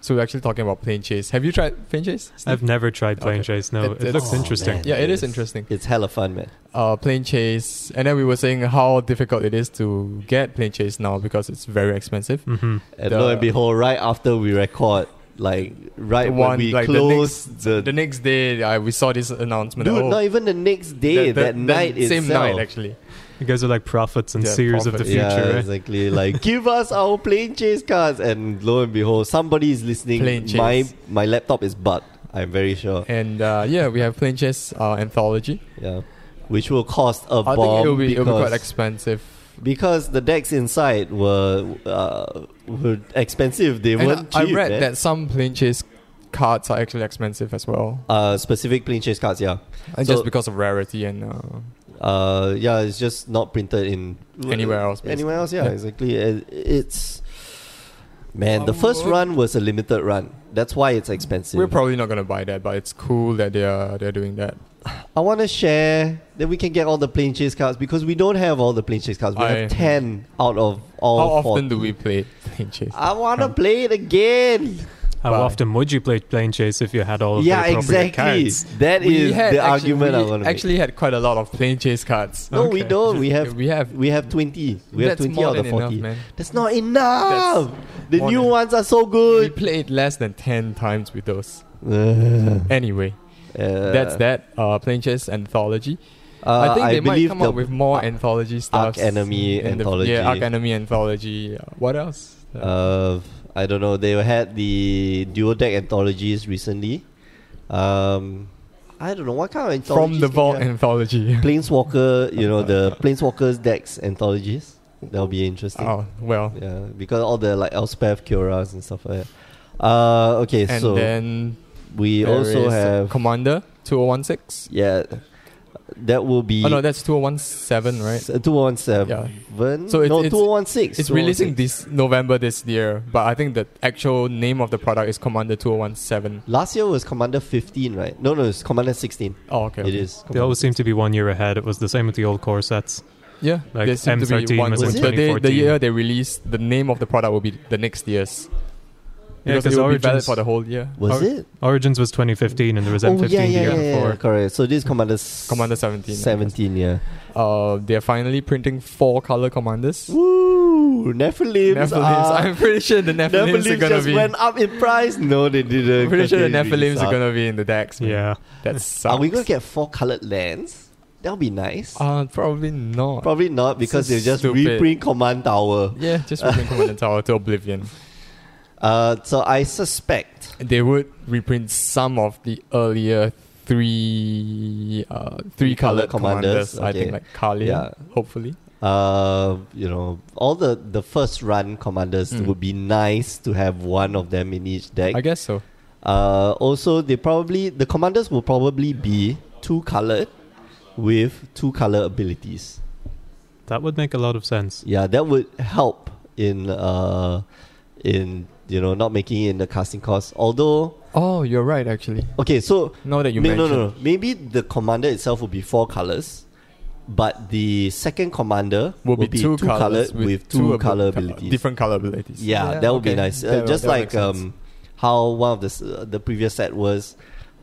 Speaker 2: So we're actually talking about plane chase. Have you tried plane chase?
Speaker 3: I've never tried Plane
Speaker 2: Okay.
Speaker 3: Chase. No,
Speaker 2: It-
Speaker 3: it,
Speaker 2: it's-
Speaker 3: looks
Speaker 1: Oh,
Speaker 3: interesting.
Speaker 1: man.
Speaker 2: yeah, it is
Speaker 1: Yes.
Speaker 2: interesting.
Speaker 1: It's hella fun, man.
Speaker 2: uh, plane chase, and then we were saying how difficult it is to get plane chase now because it's very expensive.
Speaker 3: hmm
Speaker 1: And
Speaker 2: The-
Speaker 1: lo and behold, right after we record, like right
Speaker 2: The
Speaker 1: when
Speaker 2: one-
Speaker 1: we
Speaker 2: like the
Speaker 1: close the,
Speaker 2: The next day, I, we saw this announcement.
Speaker 1: dude,
Speaker 2: oh,
Speaker 1: not even the next day,
Speaker 2: the- the-
Speaker 1: that
Speaker 2: the
Speaker 1: night
Speaker 2: same
Speaker 1: itself.
Speaker 2: night actually.
Speaker 3: You guys are like prophets and
Speaker 2: Yeah,
Speaker 3: seers of the
Speaker 2: prophets.
Speaker 3: future. eh?
Speaker 1: yeah,
Speaker 3: right?
Speaker 1: exactly. Like, give us our plane chase cards, and lo and behold, somebody is listening.
Speaker 2: Plane chase.
Speaker 1: My my laptop is butt. I'm very sure.
Speaker 2: And uh, yeah, we have plane chase uh, anthology.
Speaker 1: Yeah, which will cost a
Speaker 2: I
Speaker 1: bomb
Speaker 2: think it'll be it'll be
Speaker 1: because,
Speaker 2: quite expensive.
Speaker 1: because the decks inside were uh, were expensive. They
Speaker 2: And
Speaker 1: weren't
Speaker 2: I, I
Speaker 1: cheap. eh?
Speaker 2: read
Speaker 1: man.
Speaker 2: that some plane chase cards are actually expensive as well,
Speaker 1: uh, specific plane chase cards. Yeah.
Speaker 2: and
Speaker 1: So-
Speaker 2: just because of rarity and uh,
Speaker 1: Uh, yeah, it's just not printed in
Speaker 2: Anywhere else, basically.
Speaker 1: Anywhere else, yeah,
Speaker 2: Yeah.
Speaker 1: exactly. Uh, It's man, the first run was a limited run. That's why it's expensive.
Speaker 2: Um, we're probably not gonna buy that. But it's cool that they are they're doing that.
Speaker 1: I want to share that we can get all the plane chase cards because we don't have all the plane chase cards. We have
Speaker 2: I-
Speaker 1: ten out of all.
Speaker 2: How
Speaker 1: 40.
Speaker 2: often do we play plane chase?
Speaker 1: I want to
Speaker 2: Hmm.
Speaker 1: play it again.
Speaker 3: How
Speaker 2: Right.
Speaker 3: often would you play Plane Chase if you had all of
Speaker 1: yeah,
Speaker 3: the appropriate
Speaker 1: exactly.
Speaker 3: cards?
Speaker 1: That
Speaker 2: We
Speaker 1: is
Speaker 2: had
Speaker 1: the
Speaker 2: actually-
Speaker 1: argument
Speaker 2: we
Speaker 1: I want to make.
Speaker 2: actually had quite a lot of plane chase cards.
Speaker 1: No, we
Speaker 3: Okay.
Speaker 1: don't. We have
Speaker 2: we have
Speaker 1: we have twenty. We have
Speaker 2: that's
Speaker 1: twenty
Speaker 2: more
Speaker 1: out of
Speaker 2: than enough,
Speaker 1: forty.
Speaker 2: man.
Speaker 1: That's not enough. the
Speaker 2: more
Speaker 1: new
Speaker 2: than-
Speaker 1: ones are so
Speaker 2: We
Speaker 1: good.
Speaker 2: played less than ten times with those.
Speaker 1: Uh,
Speaker 2: Anyway, that's that. Uh, plane chase anthology.
Speaker 1: Uh,
Speaker 2: I think they might
Speaker 1: believe
Speaker 2: come
Speaker 1: the
Speaker 2: up with more
Speaker 1: Arc-
Speaker 2: anthology
Speaker 1: Arc
Speaker 2: stuff.
Speaker 1: Enemy
Speaker 2: in the-
Speaker 1: anthology.
Speaker 2: yeah, Arc Enemy anthology. Uh, What else?
Speaker 1: Uh, I don't know. They had the duo deck anthologies recently. Um, I don't know what kind of anthologies
Speaker 2: From the
Speaker 1: they
Speaker 2: Vault
Speaker 1: have?
Speaker 2: anthology.
Speaker 1: Planeswalker, you know the Planeswalkers decks anthologies. That'll be interesting.
Speaker 2: oh well.
Speaker 1: Yeah, because all the like Elspeth, Kioras, and stuff like that. Uh, okay,
Speaker 2: And
Speaker 1: so
Speaker 2: then
Speaker 1: we
Speaker 2: there
Speaker 1: also
Speaker 2: is, uh,
Speaker 1: have
Speaker 2: Commander 2016.
Speaker 1: yeah, that will be
Speaker 2: Oh no, that's 2017, right?
Speaker 1: two one seven.
Speaker 2: So it's-
Speaker 1: no,
Speaker 2: it's-
Speaker 1: two one six.
Speaker 2: It's releasing this November this year, but I think the actual name of the product is Commander 2017.
Speaker 1: Last year was Commander 15, right? No, no, it's Commander 16.
Speaker 2: Oh, okay.
Speaker 1: It
Speaker 2: okay.
Speaker 1: is.
Speaker 3: They always seem to be one year ahead. It was the same with the old core sets.
Speaker 2: Yeah,
Speaker 3: Like
Speaker 2: they seem to be
Speaker 3: M13
Speaker 2: one.
Speaker 3: was
Speaker 1: in
Speaker 2: with- But they, the
Speaker 3: 2014.
Speaker 2: year they release, the name of the product will be the next year's.
Speaker 3: Yeah,
Speaker 2: Because
Speaker 3: 'cause
Speaker 2: it will be valid
Speaker 3: Origins-
Speaker 2: for the whole year.
Speaker 1: Was
Speaker 2: Or-
Speaker 1: it?
Speaker 3: Origins was 2015, and there was
Speaker 1: Oh,
Speaker 3: M15
Speaker 1: yeah, yeah,
Speaker 3: the year
Speaker 1: yeah, yeah,
Speaker 3: before.
Speaker 1: Correct. So this is Commander, s-
Speaker 2: Commander 17. I guess.
Speaker 1: 17, yeah.
Speaker 2: Uh, they're finally printing four color commanders.
Speaker 1: Woo! Nephilims.
Speaker 2: Nephilims.
Speaker 1: are-
Speaker 2: I'm pretty sure the Nephilims,
Speaker 1: Nephilims
Speaker 2: are gonna
Speaker 1: just
Speaker 2: be.
Speaker 1: went up in price. No, they didn't.
Speaker 2: I'm pretty sure the
Speaker 1: They really
Speaker 2: Nephilims
Speaker 1: suck.
Speaker 2: are gonna be in the decks. man.
Speaker 3: Yeah.
Speaker 2: that sucks.
Speaker 1: Are we going to get four colored lands? That'll be nice.
Speaker 2: Uh, probably not.
Speaker 1: Probably not because
Speaker 2: so
Speaker 1: they just
Speaker 2: stupid.
Speaker 1: reprint Command Tower.
Speaker 2: yeah, just reprint Commander Tower to Oblivion.
Speaker 1: Uh, so I suspect.
Speaker 2: They would reprint some of the earlier three, uh, three
Speaker 1: Three-colored
Speaker 2: colored commanders.
Speaker 1: commanders,
Speaker 2: I
Speaker 1: okay.
Speaker 2: think like Kali,
Speaker 1: Yeah.
Speaker 2: hopefully.
Speaker 1: Uh, you know, all the the first run commanders
Speaker 2: Mm.
Speaker 1: would be nice to have one of them in each deck.
Speaker 2: I guess so.
Speaker 1: Uh, also, they probably the commanders will probably be two colored with two color abilities.
Speaker 3: That would make a lot of sense.
Speaker 1: Yeah, that would help in uh, in you know not making it in the casting cost. Although,
Speaker 2: Oh, you're right. Actually,
Speaker 1: okay, so
Speaker 2: now that you
Speaker 1: May- no,
Speaker 2: mentioned,
Speaker 1: no, no. Maybe the commander itself will be four colors, but the second commander
Speaker 2: will be, two,
Speaker 1: colored
Speaker 2: colors
Speaker 1: with, two
Speaker 2: abi-
Speaker 1: color
Speaker 2: co-
Speaker 1: abilities.
Speaker 2: different color abilities.
Speaker 1: Yeah, that would be
Speaker 2: okay.
Speaker 1: nice. Uh,
Speaker 2: That will-
Speaker 1: just
Speaker 2: that will
Speaker 1: like
Speaker 2: make sense.
Speaker 1: um, how one of the s- uh, the previous set was,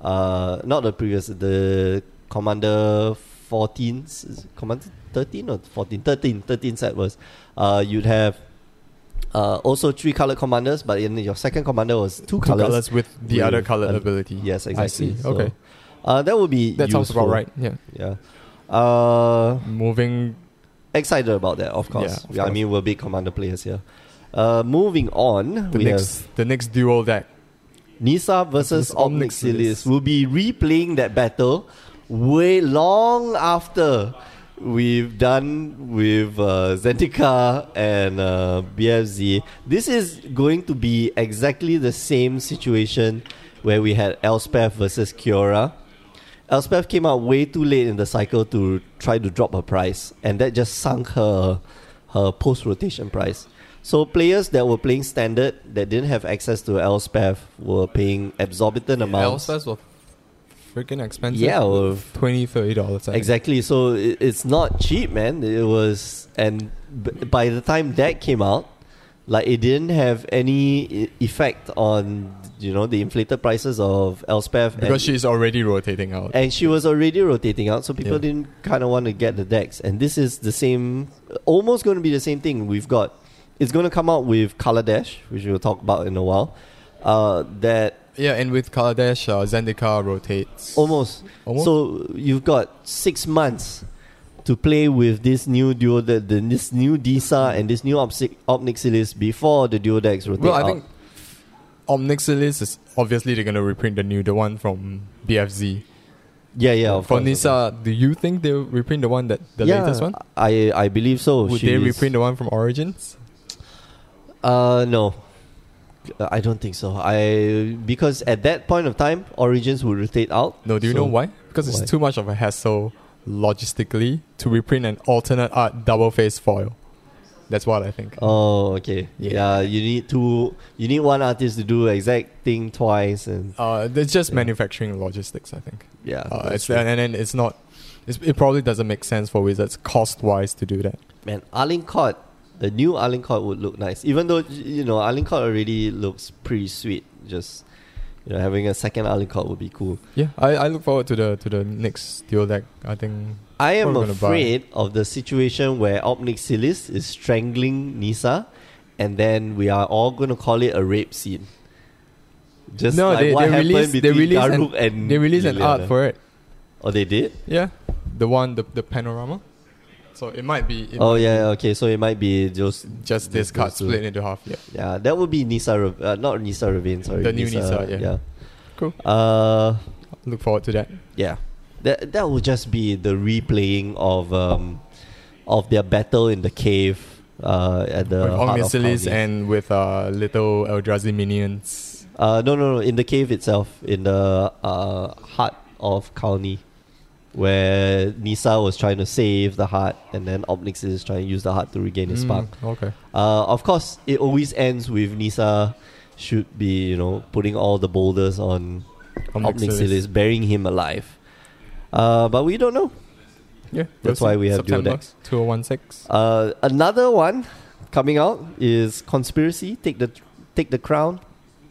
Speaker 1: uh, not the previous the commander 14, s- commander 13 or 14, 13, 13 set was, uh, you'd have. Uh, also three colored commanders, but in your second commander was two,
Speaker 2: two colors,
Speaker 1: colors.
Speaker 2: with the other
Speaker 1: with
Speaker 2: color
Speaker 1: an-
Speaker 2: ability.
Speaker 1: Yes,
Speaker 2: I see.
Speaker 1: exactly. So,
Speaker 2: Okay,
Speaker 1: uh, that would be
Speaker 2: that sounds about
Speaker 1: useful.
Speaker 2: right. Yeah,
Speaker 1: Yeah. Uh,
Speaker 2: moving.
Speaker 1: excited about that, of course.
Speaker 2: Yeah, of
Speaker 1: Yeah, I
Speaker 2: course.
Speaker 1: mean, we're big commander players here. Uh, moving on,
Speaker 2: The
Speaker 1: we
Speaker 2: next, the next dual deck.
Speaker 1: have Nisa versus
Speaker 2: versus
Speaker 1: Omnixilis.
Speaker 2: Omnixilis.
Speaker 1: We'll be replaying that battle way long after we've done with uh, Zendika and uh, BFZ. This is going to be exactly the same situation where we had Elspeth versus Kiora. Elspeth came out way too late in the cycle to try to drop her price, and that just sunk her her post rotation price. So players that were playing standard that didn't have access to Elspeth were paying exorbitant amounts.
Speaker 2: Elspeth was freaking expensive.
Speaker 1: Yeah, well,
Speaker 2: twenty thirty dollars.
Speaker 1: Exactly. So it, it's not cheap, man. It was, and b- by the time that came out, like it didn't have any i- effect on you know the inflated prices of Elspeth and-
Speaker 2: because she's already rotating out.
Speaker 1: and she was already rotating out, so people
Speaker 2: Yeah.
Speaker 1: didn't kind of want to get the decks. And this is the same, almost going to be the same thing. We've got it's going to come out with Color Dash, which we'll talk about in a while. Uh, that
Speaker 2: yeah, and with Kaladesh, uh, Zendikar rotates
Speaker 1: almost,
Speaker 2: Almost?
Speaker 1: So you've got six months to play with this new duo, the, the this new Disa and this new Omnixilis Omnixilis before the duo decks rotate
Speaker 2: Well, I
Speaker 1: out.
Speaker 2: think Omnixilis is obviously they're gonna reprint the new the one from BFZ.
Speaker 1: yeah, yeah. Of course,
Speaker 2: For
Speaker 1: of course.
Speaker 2: Nisa, do you think they'll reprint the one that the
Speaker 1: Yeah,
Speaker 2: latest one?
Speaker 1: I I believe so.
Speaker 2: Would
Speaker 1: Oh, She
Speaker 2: they
Speaker 1: is-
Speaker 2: reprint the one from Origins?
Speaker 1: Uh, no. Uh, I don't think so. I because at that point of time, Origins would rotate out.
Speaker 2: No, do you
Speaker 1: So-
Speaker 2: know why? Because
Speaker 1: why?
Speaker 2: it's too much of a hassle logistically to reprint an alternate art double face foil. That's what I think.
Speaker 1: Oh, okay. Yeah.
Speaker 2: Yeah.
Speaker 1: you need to. You need one artist to do exact thing twice, and
Speaker 2: Uh, it's just
Speaker 1: Yeah.
Speaker 2: manufacturing logistics, I think.
Speaker 1: yeah,
Speaker 2: Uh,
Speaker 1: that's
Speaker 2: it's,
Speaker 1: true.
Speaker 2: and, and then it's not. It's, it probably doesn't make sense for Wizards cost wise to do that.
Speaker 1: man. Arling Cott the new Arlincourt would look nice. Even though you know Arlincourt already looks pretty sweet, just you know having a second Arlincourt would be cool.
Speaker 2: Yeah, I, I look forward to the to the next dual deck. I think
Speaker 1: I am
Speaker 2: Probably gonna buy.
Speaker 1: afraid of the situation where Opnixilis is strangling Nisa, and then we are all going to call it a rape scene. Just
Speaker 2: No,
Speaker 1: like
Speaker 2: they-
Speaker 1: what
Speaker 2: they
Speaker 1: happened
Speaker 2: released- they
Speaker 1: between
Speaker 2: released an-
Speaker 1: Daruk and
Speaker 2: they released an art
Speaker 1: Liliana.
Speaker 2: for it.
Speaker 1: Oh, they did.
Speaker 2: Yeah, the one the the panorama. So it might be. It
Speaker 1: oh
Speaker 2: might
Speaker 1: yeah,
Speaker 2: be
Speaker 1: okay. So it might be just
Speaker 2: Just this
Speaker 1: Just
Speaker 2: card
Speaker 1: those two.
Speaker 2: split into half. Yeah.
Speaker 1: yeah. That would be Nisa, Re- uh, not Nisa Ravine. Sorry,
Speaker 2: The new Nisa, yeah. Cool.
Speaker 1: yeah. Uh,
Speaker 2: Look forward to that.
Speaker 1: yeah. That that would just be the replaying of um of their battle in the cave uh at the
Speaker 2: with
Speaker 1: heart of
Speaker 2: Omnisilis
Speaker 1: Calvi.
Speaker 2: and with uh, little Eldrazi minions.
Speaker 1: Uh, no, no, no. In the cave itself, in the uh, heart of Kalni, where Nisa was trying to save the heart, and then Obnix is trying to use the heart to regain his spark.
Speaker 2: Mm, okay.
Speaker 1: Uh, of course, it always ends with Nisa should be, you know, putting all the boulders on Obnixilis, burying him alive. Uh, but we don't know.
Speaker 2: Yeah.
Speaker 1: That's why we have dual
Speaker 2: September
Speaker 1: decks.
Speaker 2: 2016.
Speaker 1: Uh, another one coming out is Conspiracy. Take the take the crown.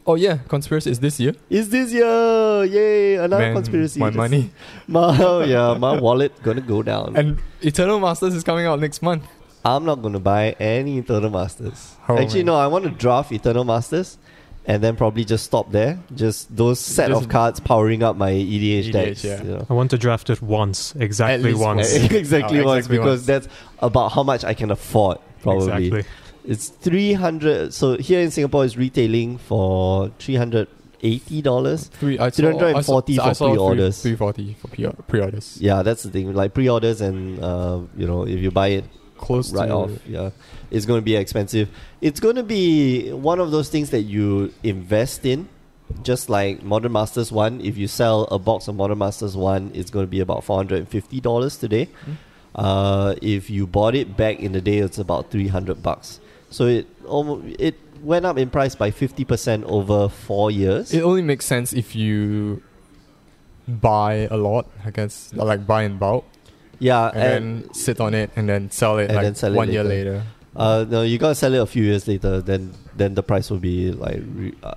Speaker 2: Oh yeah, conspiracy is this year.
Speaker 1: Is this year? Yay! Another
Speaker 2: Man,
Speaker 1: conspiracy.
Speaker 2: My
Speaker 1: That's-
Speaker 2: money
Speaker 1: My oh, yeah, my wallet gonna go down.
Speaker 2: and Eternal Masters is coming out next month.
Speaker 1: I'm not gonna buy any Eternal Masters.
Speaker 2: Oh,
Speaker 1: Actually,
Speaker 2: man.
Speaker 1: no, I want to draft Eternal Masters, and then probably just stop there. Just those set
Speaker 2: Just-
Speaker 1: of cards powering up my EDH,
Speaker 2: EDH,
Speaker 1: decks.
Speaker 2: yeah.
Speaker 1: you know.
Speaker 3: I want to draft it once, exactly
Speaker 2: least
Speaker 3: once.
Speaker 2: once.
Speaker 1: exactly
Speaker 2: Oh,
Speaker 1: once
Speaker 2: exactly
Speaker 1: because
Speaker 2: once.
Speaker 1: that's about how much I can afford. Probably
Speaker 3: Exactly.
Speaker 1: it's three hundred. So here in Singapore, it's retailing for three hundred eighty dollars.
Speaker 2: Three, I saw, I saw,
Speaker 1: 340
Speaker 2: I
Speaker 1: for
Speaker 2: saw
Speaker 1: pre-orders.
Speaker 2: Three forty for pre- pre-orders.
Speaker 1: Yeah, that's the thing. Like pre-orders and uh, you know, if you buy it
Speaker 2: Close
Speaker 1: right
Speaker 2: to
Speaker 1: off. Yeah, it's going to be expensive. It's going to be one of those things that you invest in, just like Modern Masters One. If you sell a box of Modern Masters One, it's going to be about four hundred and fifty dollars today.
Speaker 2: Mm.
Speaker 1: Uh, if you bought it back in the day, it's about three hundred bucks. So it almost it went up in price by fifty percent over four years.
Speaker 2: It only makes sense if you buy a lot, I guess, or like buy in bulk,
Speaker 1: yeah,
Speaker 2: and, then sit on it, and then sell it
Speaker 1: Uh, and
Speaker 2: like
Speaker 1: then sell it
Speaker 2: one year
Speaker 1: later.
Speaker 2: later.
Speaker 1: Uh, no, you gotta sell it a few years later. Then then the price will be like re- uh,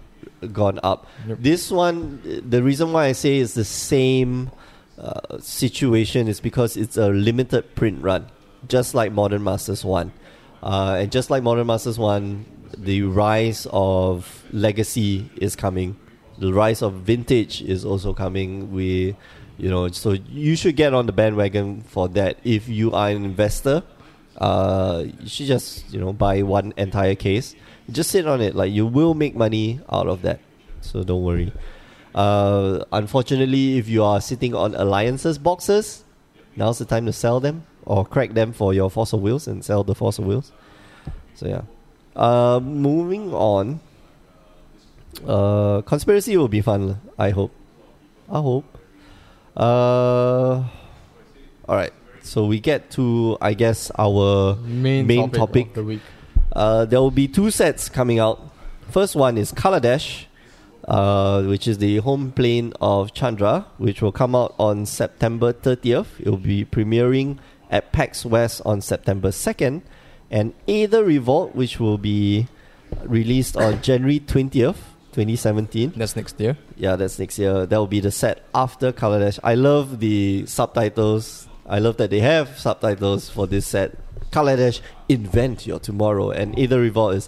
Speaker 1: gone up.
Speaker 2: Yep.
Speaker 1: This one, the reason why I say it's the same uh, situation is because it's a limited print run, just like Modern Masters One, uh, and just like Modern Masters One, the rise of legacy is coming. The rise of vintage is also coming. We, you know, so you should get on the bandwagon for that if you are an investor uh, you should just you know buy one entire case. Just sit on it. Like you will make money out of that, so don't worry. Uh, unfortunately, if you are sitting on alliances boxes, now's the time to sell them or crack them for your force of wheels and sell the force of wheels. So yeah. Uh, moving on. Uh, conspiracy will be fun. lah, I hope. I hope. Uh, all right. So we get to I guess our
Speaker 2: Main,
Speaker 1: Main topic.
Speaker 2: of the week.
Speaker 1: uh, there will be two sets coming out. First one is Kaladesh, uh, which is the home plane of Chandra, which will come out on September 30th. It will be premiering at PAX West on September 2nd, and Aether Revolt, which will be released on January 20th, 2017.
Speaker 2: That's next year.
Speaker 1: Yeah, that's next year. That will be the set after Kaladesh. I love the subtitles. I love that they have subtitles for this set. Kaladesh, invent your tomorrow. And either revolt is,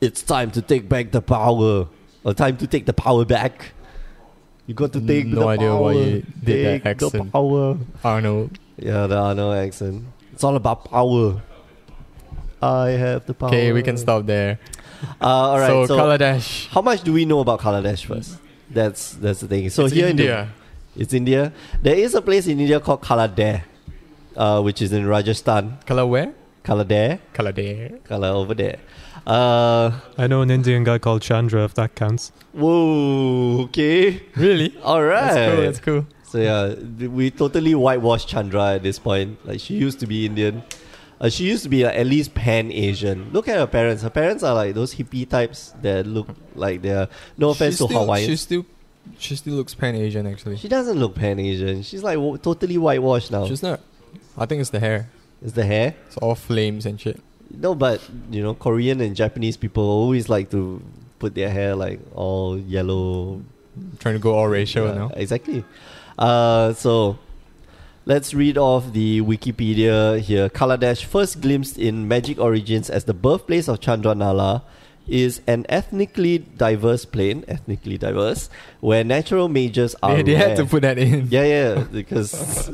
Speaker 1: it's time to take back the power. Or time to take the power back. You got to take
Speaker 2: No
Speaker 1: the
Speaker 2: idea
Speaker 1: power.
Speaker 2: why you did that
Speaker 1: take the
Speaker 2: accent.
Speaker 1: power.
Speaker 2: Arnold.
Speaker 1: Yeah, the Arnold accent. It's all about power. I have the power.
Speaker 2: Okay, we can stop there.
Speaker 1: Uh, Oh. all right. So,
Speaker 2: so, Kaladesh.
Speaker 1: how much do we know about Kaladesh first? That's that's the thing. So
Speaker 2: It's
Speaker 1: here in the
Speaker 2: India.
Speaker 1: it's India. There is a place in India called Kaladeh, uh, which is in Rajasthan.
Speaker 2: Kala where?
Speaker 1: Kaladeh,
Speaker 2: Kaladare.
Speaker 1: Kala over there. Uh,
Speaker 3: I know an Indian guy called Chandra, if that counts.
Speaker 1: whoa, okay,
Speaker 2: Really?
Speaker 1: all right.
Speaker 2: That's cool. That's cool.
Speaker 1: So yeah, th- we totally whitewashed Chandra at this point. Like she used to be Indian. Uh, she used to be like, at least pan Asian. Look at her parents. Her parents are like those hippie types that look like they're no offense
Speaker 2: She
Speaker 1: to
Speaker 2: still-
Speaker 1: Hawaiians.
Speaker 2: She still, she still looks Pan Asian actually.
Speaker 1: She doesn't look pan Asian. She's like w- totally whitewashed now.
Speaker 2: She's not. I think it's the hair.
Speaker 1: Is the hair?
Speaker 2: It's all flames and shit.
Speaker 1: No, but you know, Korean and Japanese people always like to put their hair like all yellow.
Speaker 2: Trying to go all racial
Speaker 1: Yeah,
Speaker 2: now.
Speaker 1: Exactly. Uh, so let's read off the Wikipedia here. Kaladesh, first glimpsed in Magic Origins as the birthplace of Chandranala, is an ethnically diverse plain, ethnically diverse, where natural majors are
Speaker 2: They, they
Speaker 1: rare.
Speaker 2: had to put that in.
Speaker 1: Oh, Yeah, yeah, because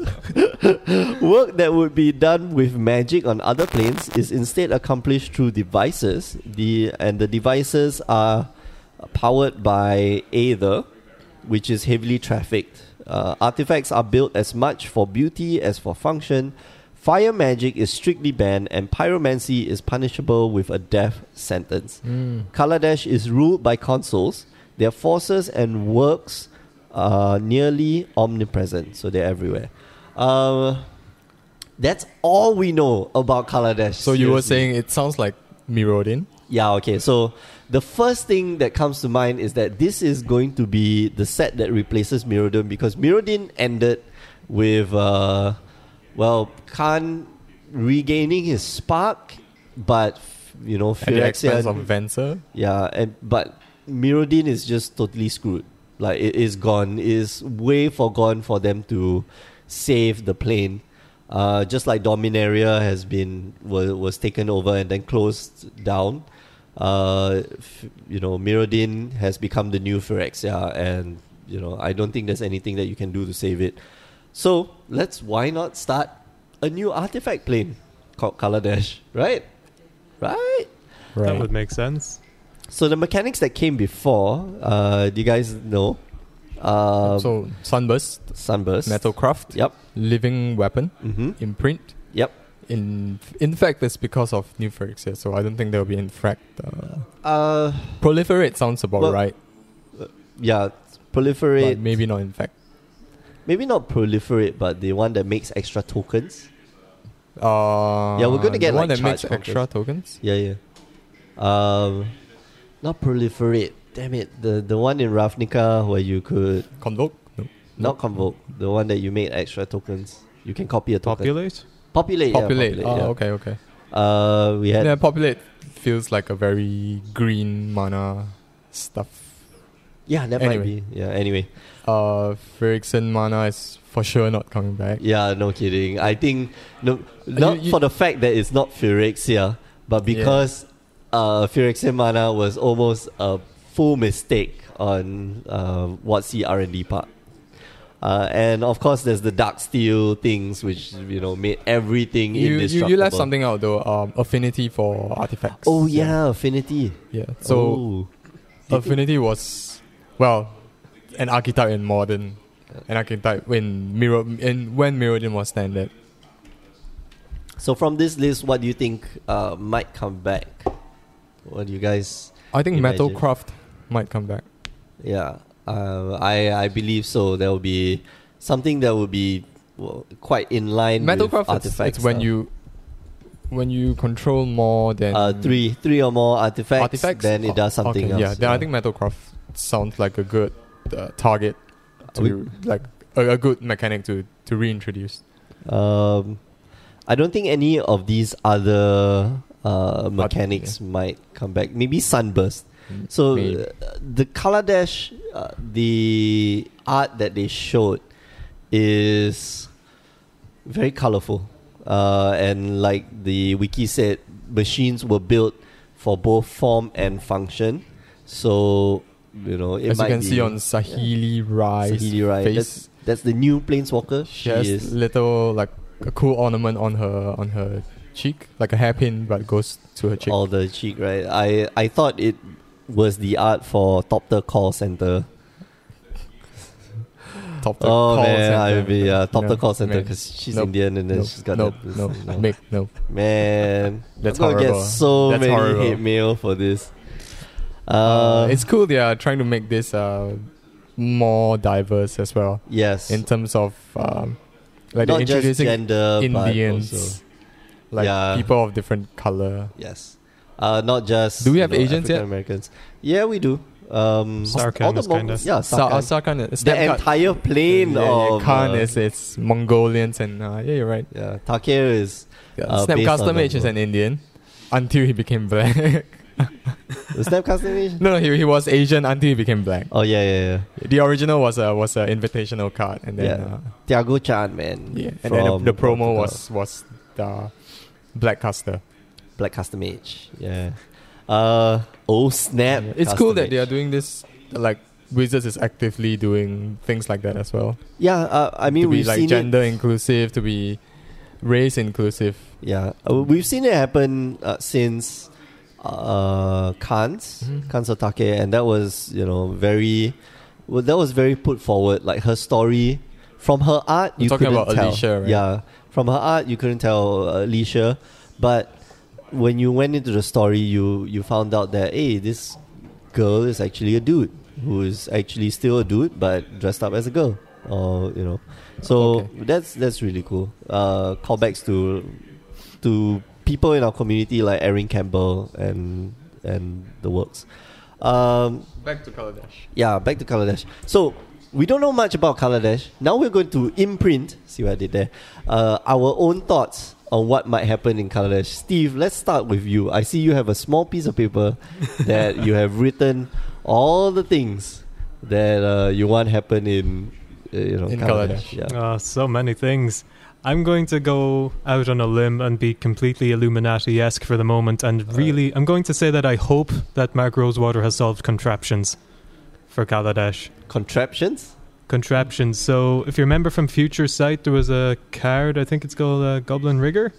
Speaker 1: work that would be done with magic on other planes is instead accomplished through devices. The and the devices are powered by Aether, which is heavily trafficked. Uh, artifacts are built as much for beauty as for function. Fire magic is strictly banned, and pyromancy is punishable with a death sentence.
Speaker 2: Mm.
Speaker 1: Kaladesh is ruled by consuls, their forces and works are nearly omnipresent, so they're everywhere. Uh, that's all we know about Kaladesh.
Speaker 2: So you were
Speaker 1: seriously.
Speaker 2: saying it sounds like Mirodin.
Speaker 1: Yeah, okay. So the first thing that comes to mind is that this is going to be the set that replaces Mirrodin because Mirrodin ended with, uh, well, Khan regaining his spark, but, f- you know,
Speaker 2: At the expense
Speaker 1: Phyrexian-
Speaker 2: of Venser.
Speaker 1: yeah, and but Mirrodin is just totally screwed. Like it is gone. It is way forgone for them to save the plane. Uh, just like Dominaria has been was, was taken over and then closed down. Uh, f- you know, Mirrodin has become the new Phyrexia, and you know I don't think there's anything that you can do to save it. So let's why not start a new artifact plane called Kaladesh, right? Right.
Speaker 3: That would make sense.
Speaker 1: So the mechanics that came before, uh, do you guys know? Uh,
Speaker 2: Um, so Sunburst,
Speaker 1: sunburst.
Speaker 2: Metalcraft,
Speaker 1: Yep.
Speaker 2: Living Weapon,
Speaker 1: Mm-hmm.
Speaker 2: Imprint.
Speaker 1: Yep.
Speaker 2: In in fact, that's because of New Phyrexia, so I don't think there'll be in fact. Uh,
Speaker 1: Uh,
Speaker 2: proliferate sounds about
Speaker 1: Well,
Speaker 2: right,
Speaker 1: yeah.
Speaker 2: but
Speaker 1: Proliferate. Maybe.
Speaker 2: maybe not in fact.
Speaker 1: not proliferate, but the one that makes extra tokens.
Speaker 2: Uh,
Speaker 1: Yeah, we're gonna get,
Speaker 2: the one
Speaker 1: like,
Speaker 2: that makes
Speaker 1: charge
Speaker 2: extra tokens.
Speaker 1: Yeah, yeah. Um, not proliferate. Damn it. The the one in Ravnica where you could
Speaker 2: Convoke. No.
Speaker 1: not convoke. The one that you made extra tokens. You can copy a token.
Speaker 3: Populate?
Speaker 1: Populate.
Speaker 2: Populate.
Speaker 1: Yeah, populate.
Speaker 2: oh,
Speaker 1: yeah.
Speaker 2: okay, okay.
Speaker 1: Uh, we had
Speaker 2: Yeah, populate feels like a very green mana stuff.
Speaker 1: yeah. That
Speaker 2: Anyway.
Speaker 1: might be yeah. Anyway.
Speaker 2: Uh, Phyrexian mana is for sure not coming back.
Speaker 1: Yeah, no kidding. I think no, not
Speaker 2: you- you-
Speaker 1: for the fact that it's not Phyrexia, but because uh, Phyrexia mana was almost a full mistake on uh, Watsy R and D part. Uh, and of course, there's the dark steel things, which you know made everything
Speaker 2: You, you
Speaker 1: indestructible.
Speaker 2: you left something out though. Um, affinity for artifacts.
Speaker 1: Oh yeah, affinity.
Speaker 2: yeah. So
Speaker 1: Oh. Do you think-
Speaker 2: affinity was well an archetype in modern, an archetype when mirror in when Mirrodin was standard.
Speaker 1: so from this list, what do you think uh, might come back? What do you guys?
Speaker 2: I think
Speaker 1: Imagine.
Speaker 2: Metalcraft might come back.
Speaker 1: Yeah, uh, I I believe so. There will be something that will be well, quite in line. with
Speaker 2: Metalcraft it's,
Speaker 1: artifacts. uh,
Speaker 2: it's when
Speaker 1: now.
Speaker 2: you when you control more than
Speaker 1: uh, three three or more artifacts,
Speaker 2: artifacts,
Speaker 1: then
Speaker 2: Oh,
Speaker 1: it does something
Speaker 2: okay,
Speaker 1: else.
Speaker 2: Yeah, then I think Metalcraft sounds like a good uh, target to
Speaker 1: We-
Speaker 2: like a, a good mechanic to to reintroduce.
Speaker 1: Um, I don't think any of these other uh, mechanics might come back. Maybe sunburst. So
Speaker 2: Maybe.
Speaker 1: uh, the color dash, uh, the art that they showed is very colorful, uh, and like the wiki said, machines were built for both form and function. So you know, it
Speaker 2: as you
Speaker 1: might
Speaker 2: can
Speaker 1: be
Speaker 2: see on Sahili Rai's
Speaker 1: Sahili Rai.
Speaker 2: face,
Speaker 1: That's, that's the new planeswalker.
Speaker 2: she has little like a cool ornament on her on her cheek, like a hairpin, but goes to her cheek.
Speaker 1: all the cheek, right? I I thought it was the art for Top Tier Call Center.
Speaker 2: Top the
Speaker 1: oh
Speaker 2: call
Speaker 1: man,
Speaker 2: center.
Speaker 1: I would be uh, Top Tier
Speaker 2: No,
Speaker 1: Call Center
Speaker 2: man.
Speaker 1: because she's
Speaker 2: Nope.
Speaker 1: Indian and then
Speaker 2: Nope.
Speaker 1: she's got
Speaker 2: nope,
Speaker 1: that.
Speaker 2: nope,
Speaker 1: no.
Speaker 2: Mick, no.
Speaker 1: Man,
Speaker 2: That's
Speaker 1: I'm gonna
Speaker 2: horrible.
Speaker 1: get so
Speaker 2: That's
Speaker 1: many
Speaker 2: horrible.
Speaker 1: hate mail for this. Uh,
Speaker 2: Uh, it's cool they are trying to make this uh, more diverse as well
Speaker 1: yes,
Speaker 2: in terms of um, like they're
Speaker 1: not just
Speaker 2: introducing
Speaker 1: gender, but also
Speaker 2: Indians, like
Speaker 1: Yeah.
Speaker 2: people of different color.
Speaker 1: Yes. Uh, not just.
Speaker 2: Do we
Speaker 1: you
Speaker 2: have
Speaker 1: know,
Speaker 2: Asians yet?
Speaker 1: African Americans. Yeah, we do. Um,
Speaker 3: Sarkhan
Speaker 1: all the
Speaker 3: is kinda-
Speaker 1: Mongols- Yeah,
Speaker 2: Sa-
Speaker 1: Ah, Sarkhan.
Speaker 2: uh, Sarkhan, uh,
Speaker 1: the
Speaker 2: Snapchat-
Speaker 1: entire plane
Speaker 2: yeah, yeah,
Speaker 1: of.
Speaker 2: Khan
Speaker 1: uh,
Speaker 2: is it's Mongolians and uh, yeah, you're right.
Speaker 1: Yeah, Takir is.
Speaker 2: Yeah,
Speaker 1: Uh,
Speaker 2: Snap
Speaker 1: based on
Speaker 2: Custom
Speaker 1: the
Speaker 2: Age is
Speaker 1: book.
Speaker 2: an Indian. until he became black.
Speaker 1: The Snapcast animation?
Speaker 2: no, no, he, he was Asian until he became black.
Speaker 1: Oh yeah, yeah, yeah.
Speaker 2: The original was a was an invitational card, and then
Speaker 1: Yeah.
Speaker 2: uh,
Speaker 1: Tiago Chan, man.
Speaker 2: yeah, and then the,
Speaker 1: From
Speaker 2: the promo
Speaker 1: Portugal.
Speaker 2: was was the black caster.
Speaker 1: Black Custom Age. Yeah. Uh oh snap.
Speaker 2: it's cool
Speaker 1: Custom
Speaker 2: that they are
Speaker 1: Age.
Speaker 2: doing this. Like Wizards is actively doing things like that as well.
Speaker 1: Yeah, uh, I mean
Speaker 2: to be
Speaker 1: we've
Speaker 2: like
Speaker 1: seen it.
Speaker 2: gender inclusive, to be race inclusive.
Speaker 1: Yeah, uh, we've seen it happen uh, since uh, Kans,
Speaker 2: Mhm.
Speaker 1: Kans Otake, and that was you know very, well, that was very put forward. Like her story from her art,
Speaker 2: We're
Speaker 1: you
Speaker 2: talking
Speaker 1: couldn't
Speaker 2: about
Speaker 1: tell.
Speaker 2: Alicia, right?
Speaker 1: Yeah, from her art, you couldn't tell uh, Alicia, but when you went into the story, you you found out that hey, this girl is actually a dude who is actually still a dude but dressed up as a girl, or you know. So
Speaker 2: Okay.
Speaker 1: that's that's really cool. Uh, callbacks to to people in our community like Erin Campbell and and the works. Um,
Speaker 2: Back to Kaladesh.
Speaker 1: yeah, back to Kaladesh. So we don't know much about Kaladesh. Now we're going to imprint. See what I did there. Uh, our own thoughts on what might happen in Kaladesh. Steve, let's start with you. I see you have a small piece of paper that you have written all the things that uh, you want happen in uh, you know
Speaker 2: In
Speaker 1: Kaladesh.
Speaker 2: Kaladesh.
Speaker 1: Yeah.
Speaker 3: Ah, so many things. I'm going to go out on a limb and be completely Illuminati esque for the moment, and
Speaker 1: Alright.
Speaker 3: really, I'm going to say that I hope that Mark Rosewater has solved contraptions for Kaladesh.
Speaker 1: Contraptions.
Speaker 3: Contraptions. So, if you remember from Future Sight, there was a card, I think it's called uh, Goblin Rigger?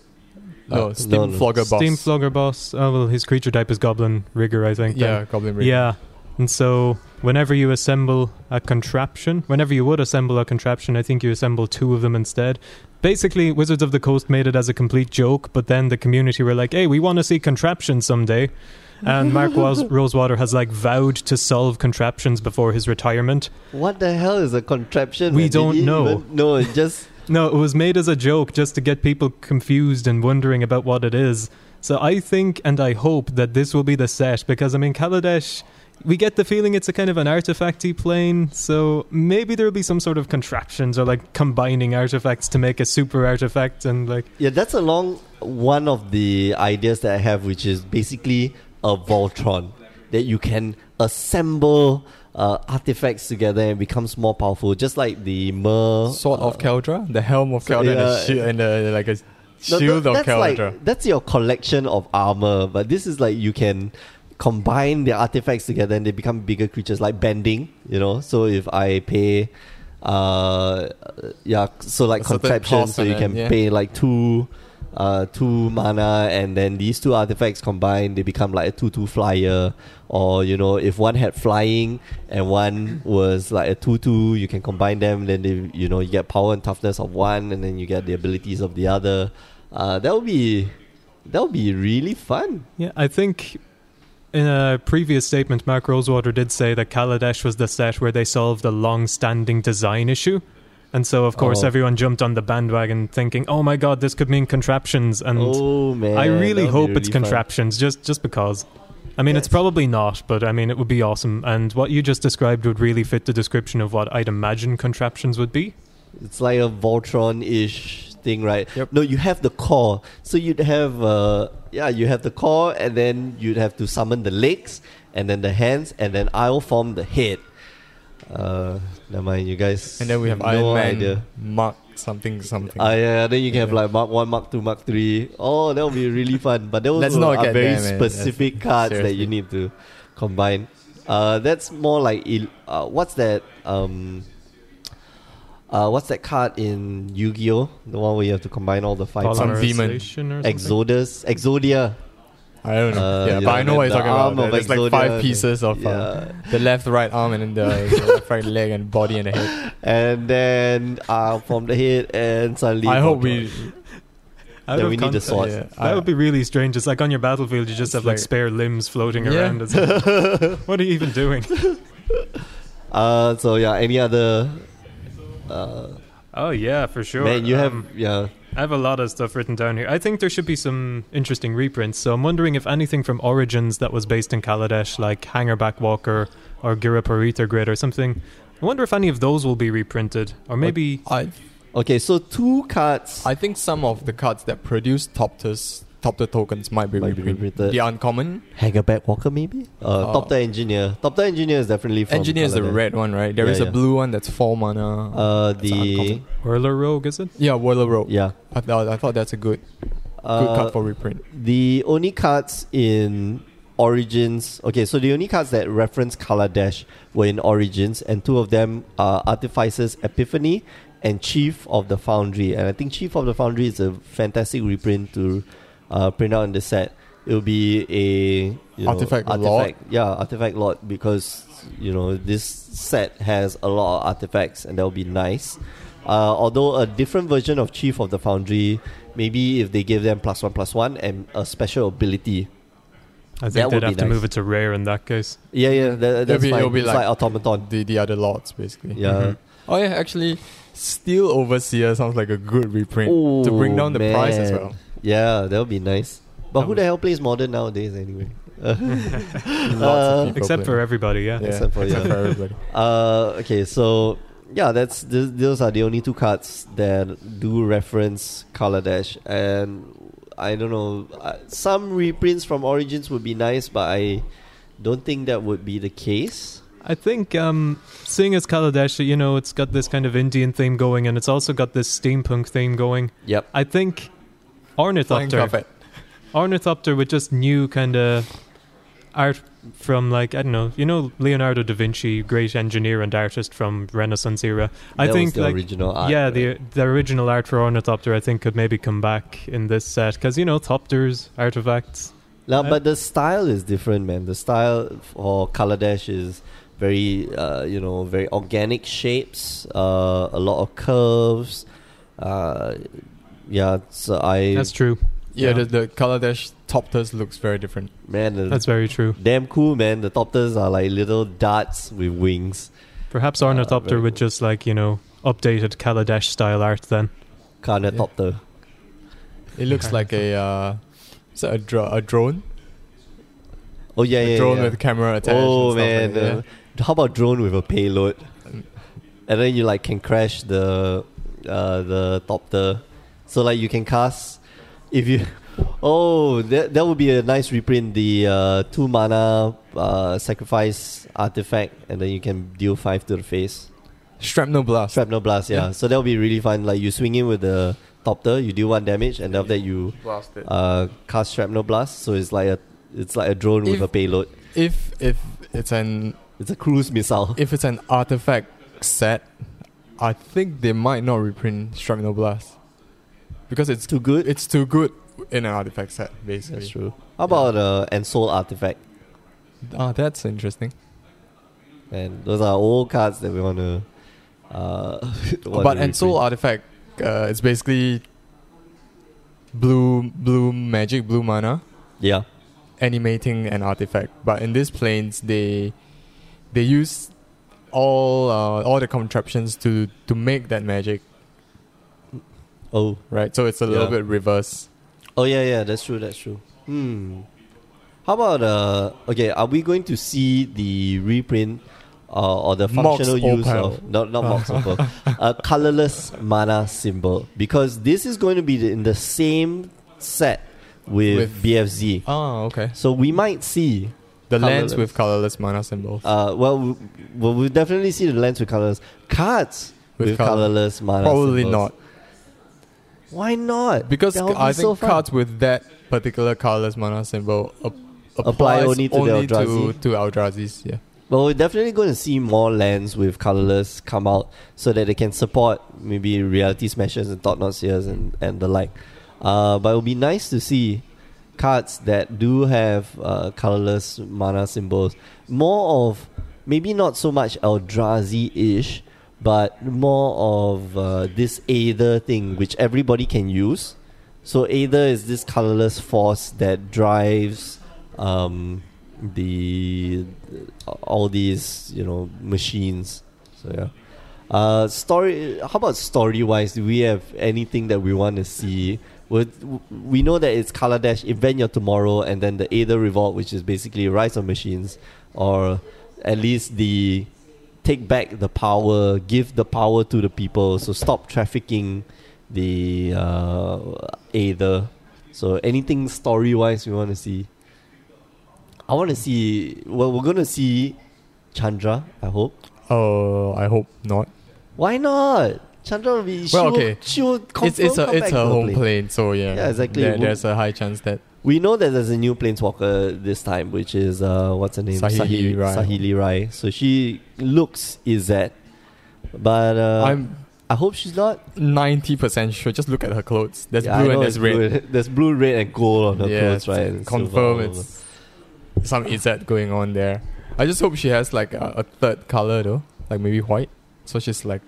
Speaker 2: No,
Speaker 1: Uh,
Speaker 2: Steam
Speaker 1: no, no.
Speaker 2: Flogger Boss.
Speaker 3: Steam Flogger Boss. Oh, well, his creature type is Goblin Rigger, I think. then.
Speaker 2: Yeah, Goblin Ring.
Speaker 3: Yeah. And so whenever you assemble a contraption, whenever you would assemble a contraption, I think you assemble two of them instead. Basically, Wizards of the Coast made it as a complete joke, but then the community were like, hey, we want to see contraptions someday. And Mark Was- Rosewater has like vowed to solve contraptions before his retirement.
Speaker 1: What the hell is a contraption?
Speaker 3: We
Speaker 1: man? Did
Speaker 3: don't
Speaker 1: you
Speaker 3: know.
Speaker 1: even- no, it just
Speaker 3: No, it was made as a joke just to get people confused and wondering about what it is. So I think and I hope that this will be the set because I mean Kaladesh we get the feeling it's a kind of an artifacty plane, so maybe there'll be some sort of contraptions or like combining artifacts to make a super artifact and like
Speaker 1: Yeah, that's along one of the ideas that I have, which is basically a Voltron that you can assemble uh, artifacts together and becomes more powerful, just like the Mer.
Speaker 2: Sword of Keldra, the helm of Keldra, and,
Speaker 1: yeah.
Speaker 2: a shi- and a, like a
Speaker 1: No, th-
Speaker 2: shield of
Speaker 1: that's like-
Speaker 2: Keldra.
Speaker 1: that's your collection of armor, but this is like you can combine the artifacts together and they become bigger creatures, like bending. You know, so if I pay. Uh, yeah. So like
Speaker 2: A certain
Speaker 1: contraption,
Speaker 2: cost
Speaker 1: so
Speaker 2: on
Speaker 1: you
Speaker 2: it,
Speaker 1: can
Speaker 2: yeah.
Speaker 1: pay like two, uh, two mana, and then these two artifacts combined, they become like a two-two flyer. Or you know, if one had flying and one was like a two-two, you can combine them. Then they, you know, you get power and toughness of one, and then you get the abilities of the other. Uh, that would be, that would be really fun.
Speaker 3: Yeah, I think in a previous statement, Mark Rosewater did say that Kaladesh was the set where they solved a long standing design issue. And so, of course,
Speaker 1: Oh.
Speaker 3: everyone jumped on the bandwagon thinking, oh my god, this could mean contraptions. And
Speaker 1: oh man!
Speaker 3: Mm. I really
Speaker 1: that would be
Speaker 3: hope it's
Speaker 1: really fun.
Speaker 3: contraptions, just, just because. I mean, it's
Speaker 1: Yes.
Speaker 3: probably not, but I mean, it would be awesome. And what you just described would really fit the description of what I'd imagine contraptions would be.
Speaker 1: It's like a Voltron ish thing, right?
Speaker 2: Yep.
Speaker 1: No, you have the core. So you'd have, uh, yeah, you have the core, and then you'd have to summon the legs, and then the hands, and then I'll form the head. Uh, never mind, you guys.
Speaker 2: And then we have
Speaker 1: no
Speaker 2: Iron Man,
Speaker 1: idea.
Speaker 2: Mark something something.
Speaker 1: Ah, yeah, then you can have
Speaker 2: Yeah.
Speaker 1: like Mark 1, Mark 2, Mark 3. Oh, that would be really fun. But those
Speaker 2: Let's
Speaker 1: were-
Speaker 2: not
Speaker 1: are
Speaker 2: get
Speaker 1: very
Speaker 2: there, man. That's-
Speaker 1: specific cards that you
Speaker 2: seriously.
Speaker 1: need to combine. Uh, that's more like il- uh, what's that? Um, uh, what's that card in Yu Gi Oh? The one where you have to combine all the five
Speaker 2: Some
Speaker 1: cards.
Speaker 2: demon.
Speaker 3: Polymerization or something?
Speaker 1: Exodus, Exodia.
Speaker 2: I don't know.
Speaker 1: Uh,
Speaker 2: yeah,
Speaker 1: you know,
Speaker 2: but I know
Speaker 1: the-
Speaker 2: what you're
Speaker 1: the
Speaker 2: talking
Speaker 1: arm
Speaker 2: about.
Speaker 1: of
Speaker 2: There's like
Speaker 1: Exodia,
Speaker 2: five pieces of
Speaker 1: yeah.
Speaker 2: uh, the left, right arm, and then the, the left, right leg, and body and the head.
Speaker 1: and then uh, from the head, and suddenly
Speaker 2: I hope we.
Speaker 3: Out
Speaker 1: Yeah, we
Speaker 3: of
Speaker 1: need the
Speaker 3: context.
Speaker 1: sword.
Speaker 2: Yeah,
Speaker 3: That
Speaker 2: I-
Speaker 3: would be really strange. It's like on your battlefield, you
Speaker 2: It's
Speaker 3: just have like,
Speaker 2: like-
Speaker 3: spare limbs floating
Speaker 2: Yeah.
Speaker 3: around. It's like, what are you even doing?
Speaker 1: Uh, so yeah, any other? Uh,
Speaker 3: Oh yeah, for sure.
Speaker 1: man, you
Speaker 3: Um,
Speaker 1: have yeah.
Speaker 3: I have a lot of stuff written down here. I think there should be some interesting reprints. So I'm wondering if anything from Origins that was based in Kaladesh, like Hangerback Walker or Giraparita Grid or something. I wonder if any of those will be reprinted, or maybe
Speaker 2: I
Speaker 1: Okay, so two cards.
Speaker 2: I think some of the cards that produced Toptus top tier tokens might be
Speaker 1: Might be
Speaker 2: reprinted.
Speaker 1: reprinted.
Speaker 2: The uncommon
Speaker 1: Hangerback Walker, maybe? Uh,
Speaker 2: Uh,
Speaker 1: top tier engineer. Top tier engineer is definitely from.
Speaker 2: engineer is the
Speaker 1: Paladin.
Speaker 2: red one, right? There
Speaker 1: Yeah,
Speaker 2: is
Speaker 1: yeah.
Speaker 2: a blue one that's four mana.
Speaker 1: Uh,
Speaker 2: That's
Speaker 1: the
Speaker 2: uncommon.
Speaker 3: Whirler Rogue, is it?
Speaker 2: yeah, Whirler Rogue.
Speaker 1: yeah.
Speaker 2: I, thought, I thought that's a good good
Speaker 1: Uh,
Speaker 2: card for reprint.
Speaker 1: the only cards in Origins. Okay, so the only cards that reference Kaladesh were in Origins, and two of them are Artificer's Epiphany and Chief of the Foundry. And I think Chief of the Foundry is a fantastic reprint to uh, print out in the set. It'll be a you know,
Speaker 2: Artifact Lord.
Speaker 1: artifact yeah, artifact lot because you know this set has a lot of artifacts, and that'll be nice. Uh, although a different version of Chief of the Foundry, maybe if they give them plus one plus one and a special ability.
Speaker 3: I
Speaker 1: That
Speaker 3: think
Speaker 1: would
Speaker 3: they'd
Speaker 1: be
Speaker 3: have to
Speaker 1: nice.
Speaker 3: move it to rare in that case.
Speaker 1: Yeah, yeah, that, that's
Speaker 2: be-
Speaker 1: fine.
Speaker 2: it'll be
Speaker 1: it's like,
Speaker 2: like-
Speaker 1: automaton.
Speaker 2: The the other lords basically.
Speaker 1: Yeah.
Speaker 3: Mhm.
Speaker 2: Oh yeah, actually, Steel Overseer sounds like a good reprint to bring down the
Speaker 1: Oh,
Speaker 2: price as
Speaker 1: man.
Speaker 2: well.
Speaker 1: Yeah, that would be nice. But
Speaker 3: That
Speaker 1: who
Speaker 3: would-
Speaker 1: the hell plays modern nowadays anyway?
Speaker 2: Lots
Speaker 1: Uh,
Speaker 2: of people
Speaker 3: Except for
Speaker 2: play.
Speaker 3: everybody, yeah.
Speaker 2: yeah,
Speaker 1: Except
Speaker 2: except
Speaker 1: for-
Speaker 2: for,
Speaker 1: yeah.
Speaker 2: everybody.
Speaker 1: Uh, okay, so yeah, that's th- those are the only two cards that do reference Kaladesh, and I don't know. Uh, some reprints from Origins would be nice, but I don't think that would be the case.
Speaker 3: I think um, seeing as Kaladesh, you know, it's got this kind of Indian theme going and it's also got this steampunk theme going.
Speaker 1: Yep.
Speaker 3: I think
Speaker 2: Flying
Speaker 3: Ornithopter.
Speaker 2: carpet.
Speaker 3: Ornithopter with just new kind of art from like I don't know, you know Leonardo da Vinci, great engineer and artist from Renaissance era. I
Speaker 1: That was
Speaker 3: think
Speaker 1: the
Speaker 3: like
Speaker 1: original art.
Speaker 3: yeah,
Speaker 1: right?
Speaker 3: the the original art for Ornithopter I think could maybe come back in this set because you know Thopters artifacts.
Speaker 1: Now,
Speaker 3: Uh,
Speaker 1: but the style is different, man. The style for Kaladesh is very, uh, you know, very organic shapes, uh, a lot of curves. Uh, yeah, so I
Speaker 3: That's true.
Speaker 2: Yeah,
Speaker 3: Yeah.
Speaker 2: the, the color dash top test looks very different.
Speaker 1: man, the-
Speaker 3: That's very true.
Speaker 1: damn cool, man. The topters are like little darts with wings.
Speaker 3: Perhaps
Speaker 1: Uh,
Speaker 3: Ornithopter
Speaker 1: very
Speaker 3: with
Speaker 1: cool.
Speaker 3: just like you know updated Kaladesh style art then.
Speaker 1: Kind of
Speaker 2: Yeah.
Speaker 1: topter.
Speaker 2: It looks
Speaker 3: Okay.
Speaker 2: like a uh, is that a, dro- a drone,
Speaker 1: Oh yeah,
Speaker 2: a
Speaker 1: yeah,
Speaker 2: drone
Speaker 1: yeah.
Speaker 2: with camera attached.
Speaker 1: oh man,
Speaker 2: and stuff
Speaker 1: uh, how about drone with a payload? And then you like can crash the uh, the topter, so like you can cast if you. Oh, that that would be a nice reprint. The uh, two mana uh, sacrifice artifact, and then you can deal five to the face.
Speaker 2: that, yeah. Shrapnel blast.
Speaker 1: Shrapnel blast, yeah.
Speaker 2: Yeah.
Speaker 1: So that would be really fun. Like you swing in with the topter, you deal one damage, and after that you uh, cast shrapnel blast. So it's like a it's like a drone with
Speaker 2: If-
Speaker 1: a payload.
Speaker 2: If if it's an
Speaker 1: It's a cruise missile.
Speaker 2: if it's an artifact set, I think they might not reprint Shrapnel blast because it's
Speaker 1: Too good.
Speaker 2: it's too good in an artifact set basically.
Speaker 1: That's true. How about uh, and soul artifact?
Speaker 2: Ah, that's interesting.
Speaker 1: And those are all cards that we want to. Uh, wanna
Speaker 2: but and soul
Speaker 1: reprint.
Speaker 2: artifact uh, is basically blue blue magic blue mana
Speaker 1: yeah,
Speaker 2: animating an artifact but in these planes they they use all uh, all the contraptions to to make that magic
Speaker 1: oh,
Speaker 2: right so it's a little
Speaker 1: Yeah.
Speaker 2: bit reverse
Speaker 1: oh yeah, yeah, that's true, that's true. Hmm. How about uh? Okay, are we going to see the reprint uh, or the
Speaker 2: Mox
Speaker 1: functional use
Speaker 2: Opal.
Speaker 1: of not not mox opal, a colorless mana symbol? Because this is going to be the, in the same set with,
Speaker 2: With-
Speaker 1: BFZ,
Speaker 2: oh okay
Speaker 1: so we might see
Speaker 2: the
Speaker 1: Colourless.
Speaker 2: lands with colorless mana symbols
Speaker 1: Uh, well, we, well, we'll definitely see the lens with colors. Cards with,
Speaker 2: With colour-
Speaker 1: colorless mana.
Speaker 2: probably
Speaker 1: symbols.
Speaker 2: not
Speaker 1: Why not?
Speaker 2: because
Speaker 1: That would
Speaker 2: i
Speaker 1: be so
Speaker 2: think
Speaker 1: fun.
Speaker 2: cards with that particular colorless mana symbol ap-
Speaker 1: Apply
Speaker 2: applies
Speaker 1: only to the
Speaker 2: to
Speaker 1: Eldrazi.
Speaker 2: to Eldrazi's yeah
Speaker 1: Well, we're definitely going to see more lands with colorless come out so that they can support maybe reality smashes and thought not seers and, and the like. Uh, but it would be nice to see cards that do have uh, colorless mana symbols. More of maybe not so much Eldrazi ish, but more of uh, this Aether thing which everybody can use. So Aether is this colorless force that drives um, the all these you know machines. So yeah. Uh, story. How about story wise? Do we have anything that we want to see? With we know that it's Color Dash, Invent Your Tomorrow, and then the Aether Revolt, which is basically Rise of Machines, or at least the take back the power, give the power to the people. So stop trafficking the uh, Aether. So anything story wise we want to see. I want to see. Well, we're gonna see Chandra. I hope.
Speaker 2: Uh, I hope not.
Speaker 1: Why not? Chandra will be. she
Speaker 2: Well,
Speaker 1: will-
Speaker 2: okay.
Speaker 1: she will
Speaker 2: It's it's
Speaker 1: confirm
Speaker 2: a
Speaker 1: come
Speaker 2: it's
Speaker 1: back
Speaker 2: her
Speaker 1: to
Speaker 2: home
Speaker 1: plane.
Speaker 2: plane, so yeah.
Speaker 1: Yeah, exactly.
Speaker 2: there-
Speaker 1: Would-
Speaker 2: there's a high chance that
Speaker 1: We know that there's a new planeswalker this time, which is uh, what's her name?
Speaker 2: Sahili Rai.
Speaker 1: Sahili Rai. So she looks Izette, but uh,
Speaker 2: I'm
Speaker 1: I hope she's not.
Speaker 2: ninety percent sure. Just look at her clothes. There's
Speaker 1: Yeah, I
Speaker 2: blue
Speaker 1: know
Speaker 2: and there's
Speaker 1: it's
Speaker 2: red.
Speaker 1: blue and- There's blue, red, and gold on her
Speaker 2: Yeah,
Speaker 1: clothes, right?
Speaker 2: it's-
Speaker 1: And
Speaker 2: confirm
Speaker 1: silver.
Speaker 2: it's some Izette going on there. I just hope she has like a, a third color though, like maybe white. So she's like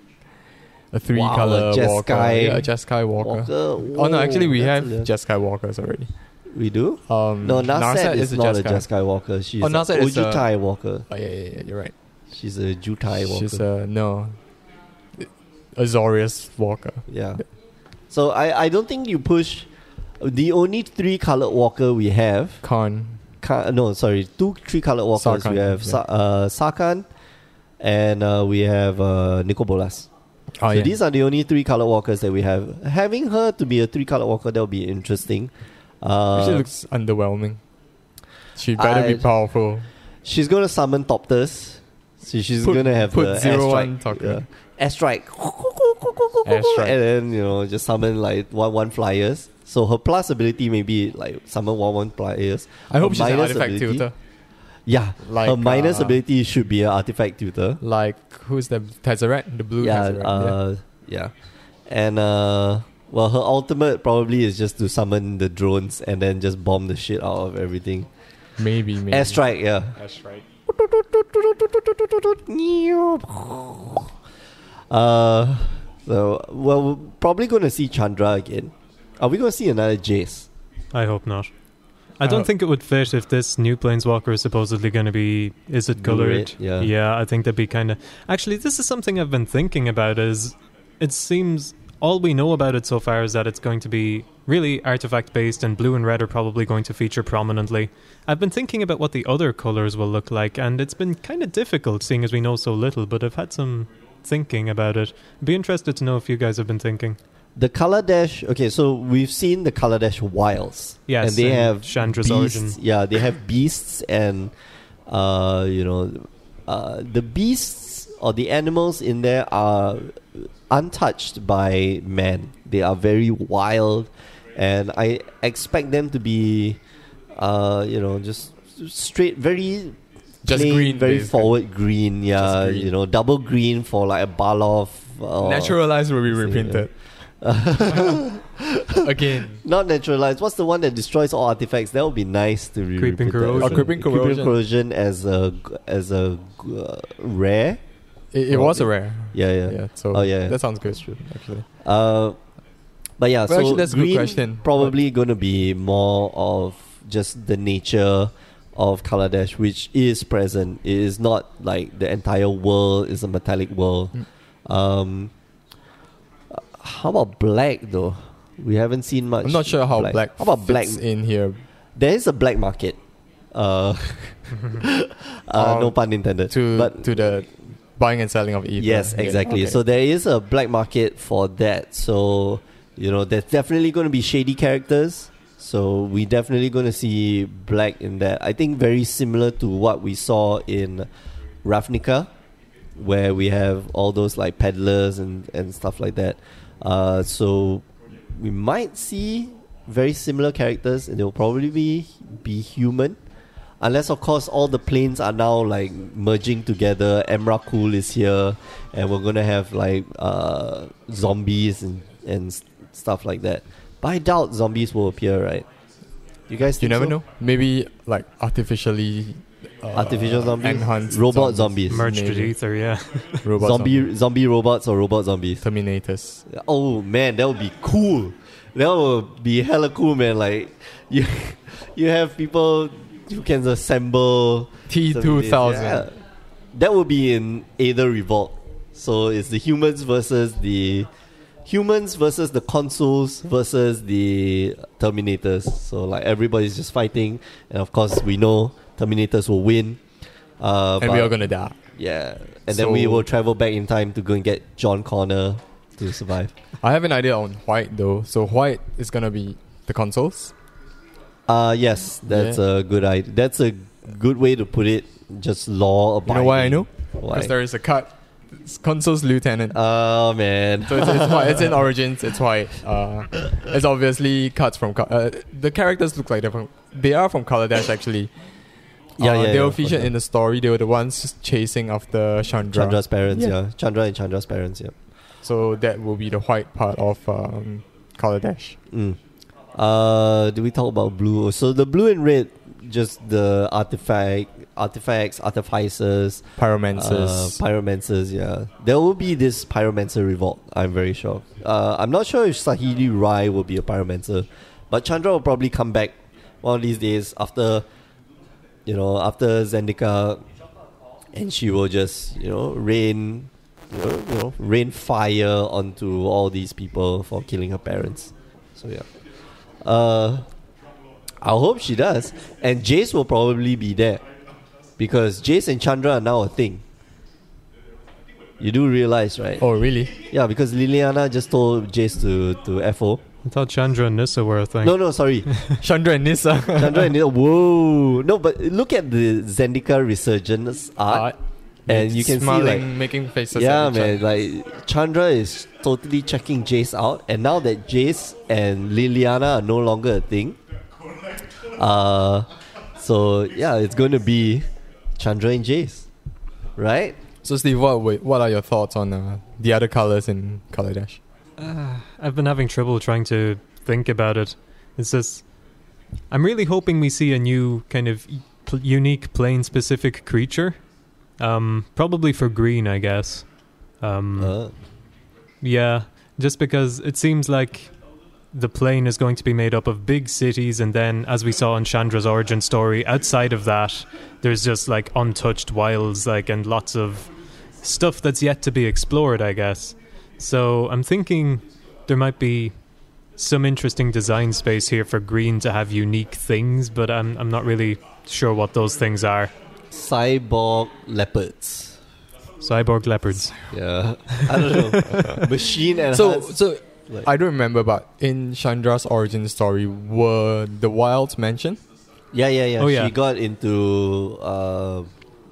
Speaker 2: a three
Speaker 1: Wow, a
Speaker 2: color
Speaker 1: Jeskai
Speaker 2: walker. Yeah, a Jeskai walker. Oh no,
Speaker 1: Whoa,
Speaker 2: actually we have
Speaker 1: that's a-
Speaker 2: Jeskai walkers already.
Speaker 1: we do.
Speaker 2: Um,
Speaker 1: No, Narset, is, not a
Speaker 2: Jeskai.
Speaker 1: Jeskai walker. She's
Speaker 2: Oh,
Speaker 1: a
Speaker 2: Narset is a-
Speaker 1: Ujutai walker.
Speaker 2: Oh yeah, yeah, yeah, you're right.
Speaker 1: She's a Jutai walker.
Speaker 2: She's a no, Azorius walker.
Speaker 1: Yeah. So I, I don't think you push. The only three colored walker we have
Speaker 2: Khan.
Speaker 1: Ka- no, sorry, two three colored walkers.
Speaker 2: Sarkhan,
Speaker 1: we have Sa- uh, Sarkhan, and uh, we have uh, Nicobolas. so
Speaker 2: Oh yeah.
Speaker 1: these are the only three colored walkers that we have. Having her to be a three colored walker, that would be interesting. Uh,
Speaker 2: Actually, looks underwhelming. She better
Speaker 1: I- Oh,
Speaker 2: be powerful.
Speaker 1: she's gonna summon Topters. So she's
Speaker 2: Put-
Speaker 1: gonna have
Speaker 2: put
Speaker 1: the
Speaker 2: zero one
Speaker 1: airstrike,
Speaker 2: talking.
Speaker 1: yeah. airstrike,
Speaker 2: Airstrike.
Speaker 1: and then you know just summon like one one flyers. So her plus ability may be like summon one one flyers.
Speaker 2: I hope
Speaker 1: Her
Speaker 2: she's an
Speaker 1: minus
Speaker 2: artifact
Speaker 1: ability-
Speaker 2: tutor.
Speaker 1: Yeah,
Speaker 2: Like,
Speaker 1: her minus
Speaker 2: uh,
Speaker 1: ability should be an artifact tutor.
Speaker 2: Like who's the Tezzeret? The blue
Speaker 1: yeah,
Speaker 2: Tezzeret.
Speaker 1: uh, yeah, and uh, well, her ultimate probably is just to summon the drones and then just bomb the shit out of everything.
Speaker 2: yeah. Maybe, maybe.
Speaker 1: Air strike, yeah.
Speaker 2: Airstrike.
Speaker 1: Uh, so well, we're probably gonna see Chandra again. Are we gonna see another Jace?
Speaker 3: I hope not. I don't
Speaker 2: Uh,
Speaker 3: think it would fit if this new planeswalker is supposedly going to be is it
Speaker 1: Blue,
Speaker 3: colored?
Speaker 1: red, yeah.
Speaker 3: I think that'd be kind of Actually, this is something I've been thinking about is it seems all we know about it so far is that it's going to be really artifact based and blue and red are probably going to feature prominently. I've been thinking about what the other colors will look like and it's been kind of difficult seeing as we know so little, but I've had some thinking about it. I'd be interested to know if you guys have been thinking.
Speaker 1: The color dash. Okay, so we've seen the color dash wilds.
Speaker 3: Yes,
Speaker 1: and they
Speaker 3: and
Speaker 1: have
Speaker 3: Chandra's
Speaker 1: beasts,
Speaker 3: origin.
Speaker 1: Yeah, they have beasts and uh, you know, uh, the beasts or the animals in there are untouched by man. They are very wild, and I expect them to be, uh, you know, just straight, very.
Speaker 2: Just
Speaker 1: plain,
Speaker 2: green,
Speaker 1: very
Speaker 2: basically.
Speaker 1: forward green, yeah,
Speaker 2: Just green.
Speaker 1: you know, double green for like a Balov. or-
Speaker 2: Naturalized will be
Speaker 1: yeah.
Speaker 2: reprinted again.
Speaker 1: Not naturalized. What's the one that destroys all artifacts? That would be nice to re-
Speaker 3: Creeping
Speaker 1: repeat that as
Speaker 3: corrosion.
Speaker 2: Oh,
Speaker 1: a-
Speaker 2: creeping corrosion.
Speaker 1: as a g- as a g- uh, rare.
Speaker 2: It, it
Speaker 1: Oh,
Speaker 2: was
Speaker 1: it-
Speaker 2: a rare.
Speaker 1: Yeah, yeah.
Speaker 2: Yeah. so
Speaker 1: Oh, yeah.
Speaker 2: that sounds good. Actually,
Speaker 1: Uh, but yeah,
Speaker 2: Well,
Speaker 1: so
Speaker 2: actually, that's a good
Speaker 1: green
Speaker 2: question.
Speaker 1: probably going to be more of just the nature of Kaladesh, which is present. It is not like the entire world is a metallic world.
Speaker 2: Mm.
Speaker 1: Um, uh, how about black though? We haven't seen much.
Speaker 2: I'm not sure how black.
Speaker 1: How about black?
Speaker 2: fits in here?
Speaker 1: there is a black market. Uh, uh,
Speaker 2: Um,
Speaker 1: no pun intended.
Speaker 2: To
Speaker 1: but
Speaker 2: to the buying and selling of ether.
Speaker 1: yes,
Speaker 2: Yeah,
Speaker 1: exactly.
Speaker 2: okay.
Speaker 1: So there is a black market for that. So you know, there's definitely going to be shady characters. So we definitely going to see black in that. I think very similar to what we saw in Ravnica, where we have all those like peddlers and and stuff like that. Uh, so we might see very similar characters, and they'll probably be be human. Unless of course all the planes are now like merging together. Emrakul is here, and we're gonna have like uh, zombies and and s- stuff like that. But I doubt zombies will appear, right? You guys,
Speaker 2: you
Speaker 1: think
Speaker 2: never
Speaker 1: so?
Speaker 2: know. Maybe like artificially uh,
Speaker 1: Artificial zombies?
Speaker 2: enhanced
Speaker 1: Robot zombies.
Speaker 3: Merged with
Speaker 2: maybe.
Speaker 3: ether, yeah.
Speaker 2: robot
Speaker 1: zombie
Speaker 2: zombie
Speaker 1: zombie robots or robot zombies.
Speaker 2: terminators.
Speaker 1: Oh man, that would be cool. That would be hella cool, man. Like you, you have people who can assemble
Speaker 2: T two thousand.
Speaker 1: Yeah. That would be in either revolt. So it's the humans versus the humans versus the consoles versus the terminators. So like everybody's just fighting, and of course we know terminators will win. Uh,
Speaker 2: And
Speaker 1: but-
Speaker 2: we are gonna die.
Speaker 1: yeah, and then we
Speaker 2: So-
Speaker 1: will travel back in time to go and get John Connor to survive.
Speaker 2: I have an idea on white though. So white is gonna be the consoles?
Speaker 1: Uh, yes, that's a good idea. That's a good way to put it. Just law
Speaker 2: You
Speaker 1: abiding.
Speaker 2: know why I know?
Speaker 1: Why?
Speaker 2: Because there is a cut. It's consoles lieutenant.
Speaker 1: Oh man.
Speaker 2: so it's, it's, why, it's in Origins. It's why uh, it's obviously cuts from co- uh, the characters look like they're from they are from Color Dash actually.
Speaker 1: Yeah,
Speaker 2: Uh,
Speaker 1: yeah,
Speaker 2: They
Speaker 1: yeah,
Speaker 2: were
Speaker 1: of course,
Speaker 2: featured
Speaker 1: yeah.
Speaker 2: in the story. They were the ones chasing after Chandra.
Speaker 1: Chandra's parents,
Speaker 2: Yeah.
Speaker 1: yeah. Chandra and Chandra's parents, yeah.
Speaker 2: So that will be the white part of um, Color Dash.
Speaker 1: Mm. Uh, did we talk about blue? So the blue and red, just the artifact, artifacts, artificers, uh,
Speaker 2: Pyromancers.
Speaker 1: pyromancers. Yeah, there will be this pyromancer revolt. I'm very sure. Uh, I'm not sure if Sahili Rai will be a pyromancer, but Chandra will probably come back one of these days after, you know, after Zendika, and she will just you know rain, you know, you know rain fire onto all these people for killing her parents. So yeah, uh, I hope she does. And Jace will probably be there because Jace and Chandra are now a thing. You do realize, right?
Speaker 2: oh really?
Speaker 1: Yeah, because Liliana just told Jace to to FO.
Speaker 3: I thought Chandra and Nissa were a thing.
Speaker 1: No, no, sorry,
Speaker 2: Chandra and Nissa.
Speaker 1: Chandra and Lil- whoa, no, but look at the Zendika resurgence art, and you can
Speaker 2: smiling,
Speaker 1: see like.
Speaker 2: making faces.
Speaker 1: Yeah,
Speaker 2: at each
Speaker 1: man.
Speaker 2: other.
Speaker 1: Like Chandra is totally checking Jace out, and now that Jace and Liliana are no longer a thing, uh, so yeah, it's going to be Chandra and Jace, right?
Speaker 2: So Steve, what wa- what are your thoughts on uh, the other colors in Color Dash?
Speaker 3: I've been having trouble trying to think about it. It's just, I'm really hoping we see a new kind of e- pl- unique plane specific creature. Um, probably for green, I guess.
Speaker 2: Hmm.
Speaker 3: Um,
Speaker 1: Uh,
Speaker 3: yeah, just because it seems like the plane is going to be made up of big cities, and then, as we saw in Chandra's origin story, outside of that, there's just like untouched wilds, like, and lots of stuff that's yet to be explored, I guess. So I'm thinking there might be some interesting design space here for green to have unique things, but I'm I'm not really sure what those things are.
Speaker 1: cyborg leopards.
Speaker 3: Cyborg leopards.
Speaker 1: Yeah, I don't know. Machine and
Speaker 2: So so
Speaker 1: like-
Speaker 2: I don't remember, but in Chandra's origin story, were the wilds mentioned?
Speaker 1: yeah, yeah, yeah.
Speaker 3: Oh,
Speaker 1: she
Speaker 3: yeah.
Speaker 1: got into uh,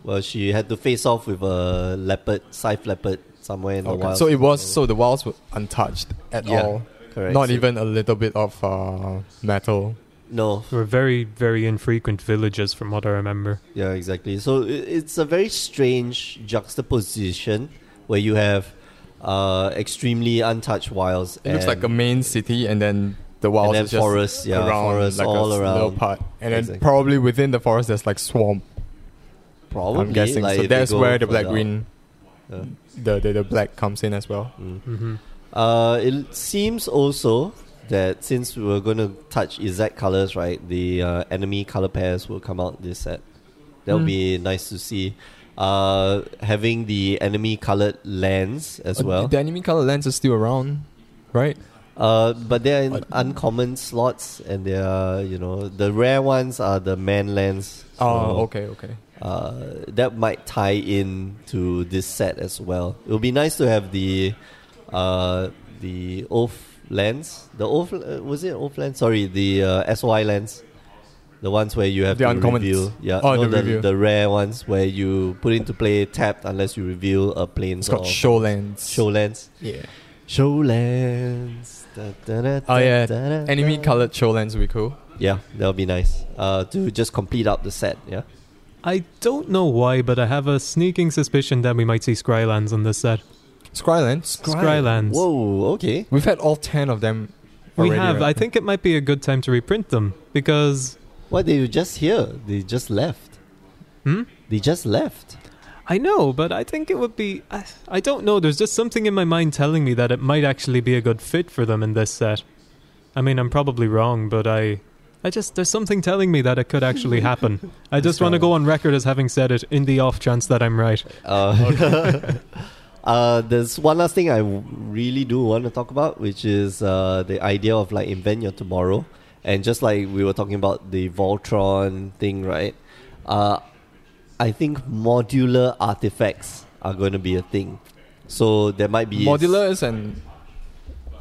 Speaker 1: well, she had to face off with a leopard, scythe leopard somewhere in the
Speaker 2: Okay.
Speaker 1: wild.
Speaker 2: So it was so the wilds were untouched at
Speaker 1: Yeah,
Speaker 2: all.
Speaker 1: correct.
Speaker 2: Not
Speaker 1: So-
Speaker 2: even a little bit of uh, metal.
Speaker 1: no.
Speaker 3: They were very very infrequent villages, from what I remember.
Speaker 1: Yeah, exactly. So i- it's a very strange juxtaposition where you have uh, extremely untouched wilds.
Speaker 2: It looks
Speaker 1: and-
Speaker 2: like a main city, and then the wilds
Speaker 1: then
Speaker 2: is just
Speaker 1: forests, yeah,
Speaker 2: around,
Speaker 1: forests
Speaker 2: like
Speaker 1: all
Speaker 2: a s- little
Speaker 1: around.
Speaker 2: part, and
Speaker 1: Exactly.
Speaker 2: then probably within the forest there's like swamp.
Speaker 1: probably.
Speaker 2: I'm guessing.
Speaker 1: like, if
Speaker 2: so
Speaker 1: you
Speaker 2: that's
Speaker 1: go
Speaker 2: where the black
Speaker 1: further out.
Speaker 2: green,
Speaker 1: Yeah.
Speaker 2: the, the the black comes in as well.
Speaker 3: hmm
Speaker 1: Uh, it seems also that since we were going to touch exact colors, right, the uh, enemy color pairs will come out this set. That'll
Speaker 3: Mm.
Speaker 1: be
Speaker 2: Hmm.
Speaker 1: nice to see. Uh, having the enemy colored lands as
Speaker 2: Uh,
Speaker 1: well.
Speaker 2: The enemy color lens is still around, right?
Speaker 1: Uh, but they're in uncommon slots, and they are you know the rare ones are the man lands.
Speaker 2: Oh,
Speaker 1: So,
Speaker 2: okay, okay.
Speaker 1: Uh, that might tie in to this set as well. It would be nice to have the uh the oath lands. The oath uh, was it oath lands? Sorry, the uh, SY lands. The ones where you have
Speaker 2: The
Speaker 1: to
Speaker 2: uncommons.
Speaker 1: reveal, yeah,
Speaker 2: Oh, the
Speaker 1: the,
Speaker 2: reveal.
Speaker 1: the rare ones where you put into play tapped unless you reveal a plane
Speaker 2: It's called show lens.
Speaker 1: show lands.
Speaker 2: Yeah.
Speaker 1: Showlands. Da, da, da,
Speaker 2: Oh,
Speaker 1: da,
Speaker 2: yeah.
Speaker 1: da, da,
Speaker 2: Enemy
Speaker 1: da.
Speaker 2: colored show lens would be cool.
Speaker 1: Yeah, that'll be nice. Uh, to just complete up the set. Yeah.
Speaker 3: I don't know why, but I have a sneaking suspicion that we might see Skrylands on this set.
Speaker 2: Scry lens.
Speaker 3: Skrylands.
Speaker 1: Whoa. Okay.
Speaker 2: We've had all ten of them.
Speaker 3: We
Speaker 2: already,
Speaker 3: have.
Speaker 2: right?
Speaker 3: I think it might be a good time to reprint them because
Speaker 1: What they were just here? They just left.
Speaker 3: Hmm?
Speaker 1: They just left.
Speaker 3: I know, but I think it would be. I, I don't know. There's just something in my mind telling me that it might actually be a good fit for them in this set. I mean, I'm probably wrong, but I. I just there's something telling me that it could actually happen. I just want to go on record as having said it in the off chance that I'm right.
Speaker 1: Uh, uh, there's one last thing I w- really do want to talk about, which is uh, the idea of like invent your tomorrow. And just like we were talking about the Voltron thing, right? Uh, I think modular artifacts are going to be a thing. So there might be
Speaker 2: modular is an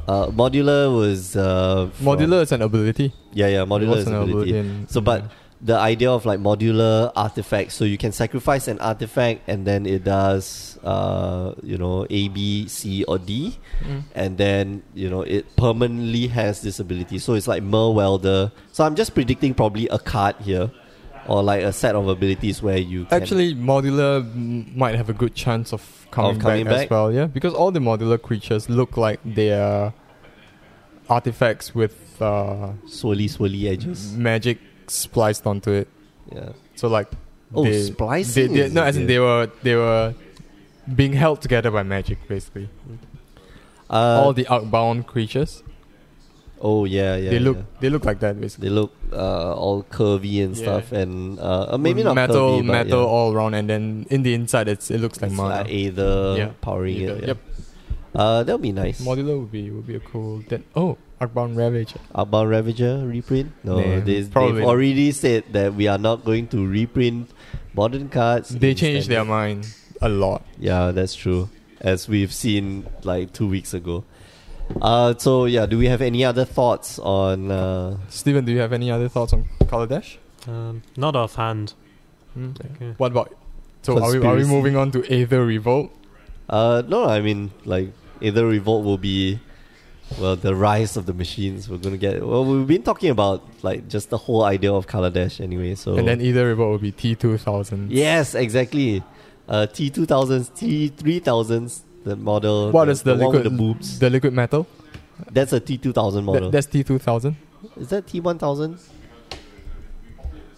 Speaker 1: Uh, modular was uh, from-
Speaker 2: Modular is an ability.
Speaker 1: Yeah, yeah, modular
Speaker 2: What's
Speaker 1: is
Speaker 2: an
Speaker 1: ability.
Speaker 2: in-
Speaker 1: So, but the idea of like modular artifacts, so you can sacrifice an artifact and then it does, uh, you know, A, B, C, or D,
Speaker 2: Mm.
Speaker 1: and then you know it permanently has this ability. So it's like Mer Welder. So I'm just predicting probably a card here, or like a set of abilities where you can,
Speaker 2: Actually, modular m- might have a good chance of coming,
Speaker 1: coming
Speaker 2: back,
Speaker 1: back?
Speaker 2: as well, yeah? Because all the modular creatures look like they are artifacts with uh,
Speaker 1: swirly swirly edges.
Speaker 2: magic spliced onto it.
Speaker 1: Yeah.
Speaker 2: So, like,
Speaker 1: Oh,
Speaker 2: Mm-hmm. they, they,
Speaker 1: splicing.
Speaker 2: they,
Speaker 1: is
Speaker 2: no, as in
Speaker 1: good.
Speaker 2: they were, they were being held together by magic, basically.
Speaker 1: Uh,
Speaker 2: all the outbound creatures,
Speaker 1: oh yeah, yeah.
Speaker 2: they look
Speaker 1: yeah.
Speaker 2: they look like that, basically.
Speaker 1: They look uh, all curvy and
Speaker 2: Yeah.
Speaker 1: stuff, and uh, uh, maybe
Speaker 2: With
Speaker 1: not
Speaker 2: metal,
Speaker 1: curvy, but,
Speaker 2: metal
Speaker 1: yeah.
Speaker 2: all around, and then in the inside, it's it looks like
Speaker 1: It's
Speaker 2: Mario.
Speaker 1: like either
Speaker 2: Yeah.
Speaker 1: powering
Speaker 2: Either,
Speaker 1: it. yeah.
Speaker 2: Yep.
Speaker 1: Uh, that would be nice.
Speaker 2: Modular would be would be a cool. That oh, Arcbound Ravager.
Speaker 1: Outbound Ravager reprint? No,
Speaker 2: Nah,
Speaker 1: they, they've
Speaker 2: probably not.
Speaker 1: already said that we are not going to reprint modern cards.
Speaker 2: They
Speaker 1: in
Speaker 2: changed their
Speaker 1: standard.
Speaker 2: mind a lot.
Speaker 1: Yeah, that's true. As we've seen like two weeks ago. Uh, so yeah, do we have any other thoughts on? Uh,
Speaker 2: Steven, do you have any other thoughts on Color Dash?
Speaker 3: Um, not offhand. Okay.
Speaker 2: What about? So are we, are we
Speaker 1: Conspiracy.
Speaker 2: moving on to Aether Revolt?
Speaker 1: uh, no, I mean like either revolt will be, well, the rise of the machines. We're gonna get. Well, we've been talking about like just the whole idea of color dash anyway. So
Speaker 2: And then Aether Revolt will be T two thousand.
Speaker 1: Yes, exactly. Uh, T two thousands, T three thousands, the model.
Speaker 2: What is the,
Speaker 1: one with
Speaker 2: liquid
Speaker 1: Oh, the boobs?
Speaker 2: The liquid metal.
Speaker 1: That's a T two thousand
Speaker 2: Th-
Speaker 1: model.
Speaker 2: that's T two thousand.
Speaker 1: is that T one thousand?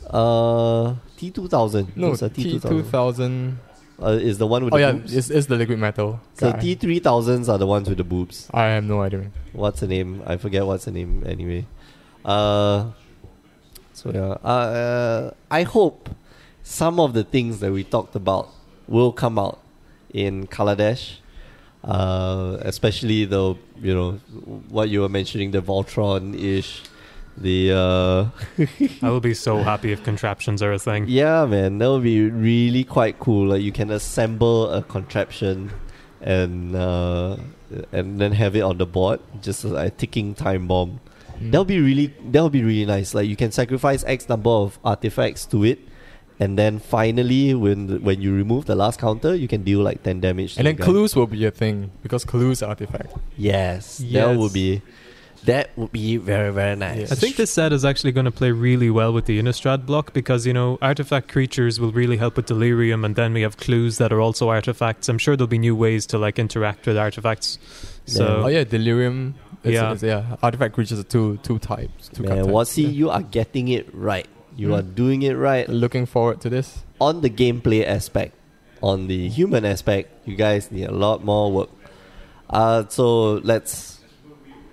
Speaker 1: Uh, T two thousand.
Speaker 2: No,
Speaker 1: T two
Speaker 2: T two
Speaker 1: thousand Uh,
Speaker 2: thousand.
Speaker 1: is the one with
Speaker 2: Oh
Speaker 1: the
Speaker 2: yeah,
Speaker 1: boobs.
Speaker 2: it's, it's the liquid metal.
Speaker 1: so
Speaker 2: guy.
Speaker 1: T three thousands are the ones with the boobs.
Speaker 2: I have no idea. Mm.
Speaker 1: What's the name? I forget what's the name. Anyway, uh, so yeah, uh, I hope some of the things that we talked about will come out in Kaladesh. Uh, especially the you know what you were mentioning the Voltron ish, the uh,
Speaker 3: I will be so happy if contraptions are a thing.
Speaker 1: yeah man that would be really quite cool. Like you can assemble a contraption, and uh, and then have it on the board just a a ticking time bomb.
Speaker 2: Mm.
Speaker 1: That'll be really that'll be really nice. Like you can sacrifice X number of artifacts to it, and then finally when when you remove the last counter, you can deal like ten damage. to
Speaker 2: and then
Speaker 1: the guy.
Speaker 2: clues will be a thing because clues are artifact.
Speaker 1: Yes, that
Speaker 2: Yes.
Speaker 1: would be that would be very very nice.
Speaker 2: Yes.
Speaker 3: I think this set is actually going to play really well with the Innistrad block because, you know, artifact creatures will really help with Delirium, and then we have clues that are also artifacts. I'm sure there'll be new ways to, like, interact with artifacts.
Speaker 1: Yeah.
Speaker 2: Oh
Speaker 3: So,
Speaker 2: yeah, delirium. Is,
Speaker 3: Yeah.
Speaker 2: yeah, is, yeah. Artifact creatures are two two types. Two cut
Speaker 1: man,
Speaker 2: types.
Speaker 1: Watsi,
Speaker 2: Yeah.
Speaker 1: you are getting it right. You
Speaker 2: Mm.
Speaker 1: are doing it right
Speaker 2: Looking forward to this.
Speaker 1: on the gameplay aspect, on the human aspect. You guys need a lot more work. Uh, so let's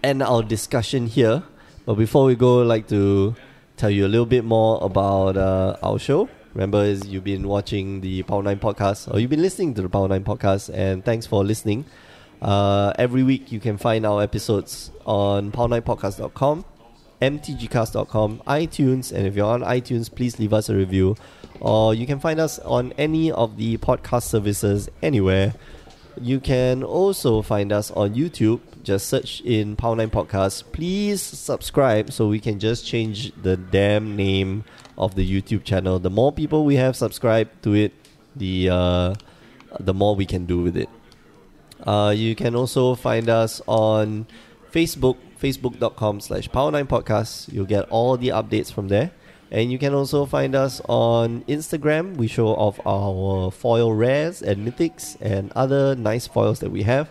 Speaker 1: end our discussion here. But before we go, I'd like to tell you a little bit more about uh, our show. Remember, is you've been watching the Power 9 podcast, or you've been listening to the Power 9 podcast, and thanks for listening. Uh, every week, you can find our episodes on power9podcast.com, mtgcast.com, iTunes, and if you're on iTunes, please leave us a review. Or you can find us on any of the podcast services anywhere. You can also find us on YouTube. Just search in Power 9 Podcast. Please subscribe so we can just change the damn name of the YouTube channel. The more people we have subscribed to it, the uh, the more we can do with it. Uh, you can also find us on Facebook, facebook.com slash power9podcast. You'll get all the updates from there. And you can also find us on Instagram. We show off our foil rares and mythics and other nice foils that we have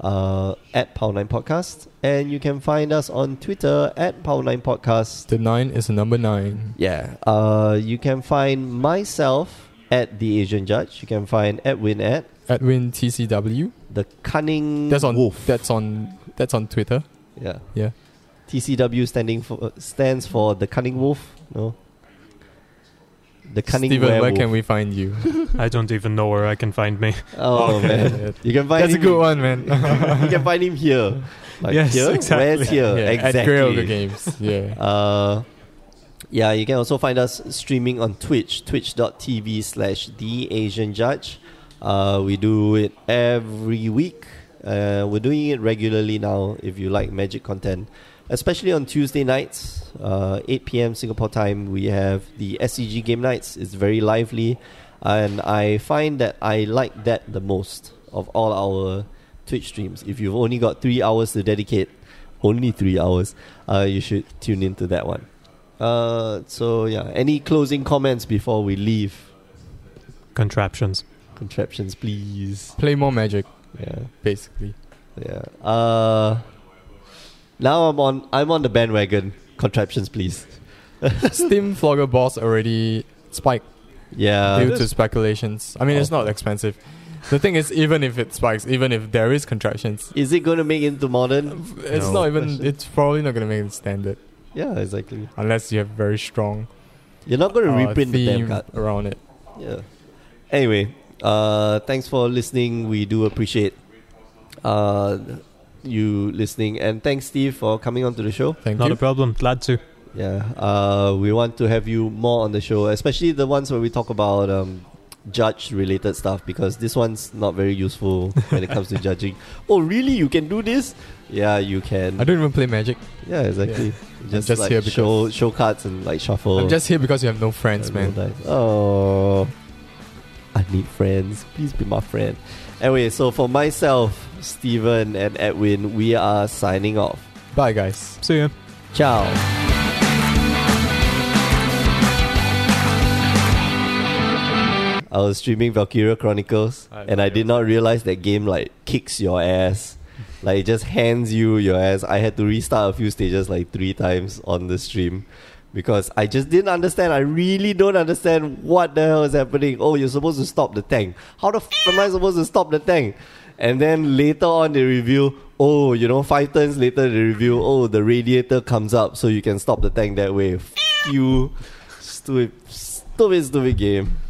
Speaker 1: uh, at power9podcast. And you can find us on Twitter at power9podcast.
Speaker 2: The nine is the number nine.
Speaker 1: Yeah. Uh, you can find myself at The Asian Judge. You can find Edwin at
Speaker 2: Edwin TCW.
Speaker 1: The Cunning
Speaker 2: That's on.
Speaker 1: Wolf.
Speaker 2: That's on. That's on Twitter.
Speaker 1: Yeah.
Speaker 2: Yeah.
Speaker 1: TCW standing for uh, stands for the cunning wolf. No. The cunning
Speaker 2: Steven,
Speaker 1: werewolf.
Speaker 2: where can we find you?
Speaker 3: I don't even know where I can find me.
Speaker 1: Oh
Speaker 2: Okay.
Speaker 1: man, you can find
Speaker 2: that's a
Speaker 1: him,
Speaker 2: good one, man.
Speaker 1: you can find him here. Like
Speaker 3: Yes,
Speaker 1: here.
Speaker 3: exactly.
Speaker 1: Where's here?
Speaker 2: yeah,
Speaker 1: exactly.
Speaker 2: At Grail the Games. Yeah.
Speaker 1: Uh, yeah, you can also find us streaming on Twitch, twitch.tv slash The Asian Judge. Uh, we do it every week. Uh, we're doing it regularly now if you like magic content, especially on Tuesday nights, uh, 8 p.m. Singapore time. We have the SCG game nights, it's very lively, and I find that I like that the most of all our Twitch streams. If you've only got three hours to dedicate, only three hours, uh, you should tune into that one. Uh, so yeah, any closing comments before we leave?
Speaker 3: Contraptions.
Speaker 1: Contraptions, please.
Speaker 2: Play more magic,
Speaker 1: Yeah,
Speaker 2: basically.
Speaker 1: yeah. Uh, now I'm on. I'm on the bandwagon. Contraptions, please.
Speaker 2: Steam Flogger Boss already spiked
Speaker 1: Yeah,
Speaker 2: due to speculations. I mean, it's
Speaker 1: Oh.
Speaker 2: not expensive. The thing is, even if it spikes, even if there is contractions,
Speaker 1: is it going to make it into modern?
Speaker 2: it's
Speaker 3: No.
Speaker 2: not even. It's probably not gonna make it standard
Speaker 1: Yeah, exactly.
Speaker 2: unless you have very strong
Speaker 1: You're not going to
Speaker 2: uh,
Speaker 1: reprint the damn
Speaker 2: theme
Speaker 1: card.
Speaker 2: around it.
Speaker 1: Yeah. Anyway, uh, thanks for listening. We do appreciate uh, you listening, and thanks, Steve, for coming onto the show.
Speaker 2: Thank
Speaker 3: Not
Speaker 2: you.
Speaker 3: a problem. Glad to.
Speaker 1: Yeah, uh, we want to have you more on the show, especially the ones where we talk about um, judge-related stuff, because this one's not very useful when it comes to judging. Oh, really? You can do this? Yeah, you
Speaker 2: I
Speaker 1: can.
Speaker 2: don't even play Magic.
Speaker 1: Yeah, exactly. Just,
Speaker 2: just
Speaker 1: like
Speaker 2: here
Speaker 1: show show cards and like shuffle.
Speaker 2: I'm just here because you have no friends,
Speaker 1: Oh. I
Speaker 2: man.
Speaker 1: will die. Oh, I need friends. Please be my friend. Anyway, so for myself, Steven, and Edwin, we are signing off.
Speaker 2: Bye, guys.
Speaker 3: See ya.
Speaker 1: Ciao. I was streaming Valkyria Chronicles,
Speaker 2: I
Speaker 1: and I did not realize that game like kicks your ass, like it just hands you your ass. I had to restart a few stages like three times on the stream because I just didn't understand. I really don't understand what the hell is happening. Oh, you're supposed to stop the tank. How the f- am I supposed to stop the tank? And then later on, they reveal, oh, you know, five turns later, they reveal, oh, the radiator comes up so you can stop the tank that way. F you. Stupid, stupid, stupid game.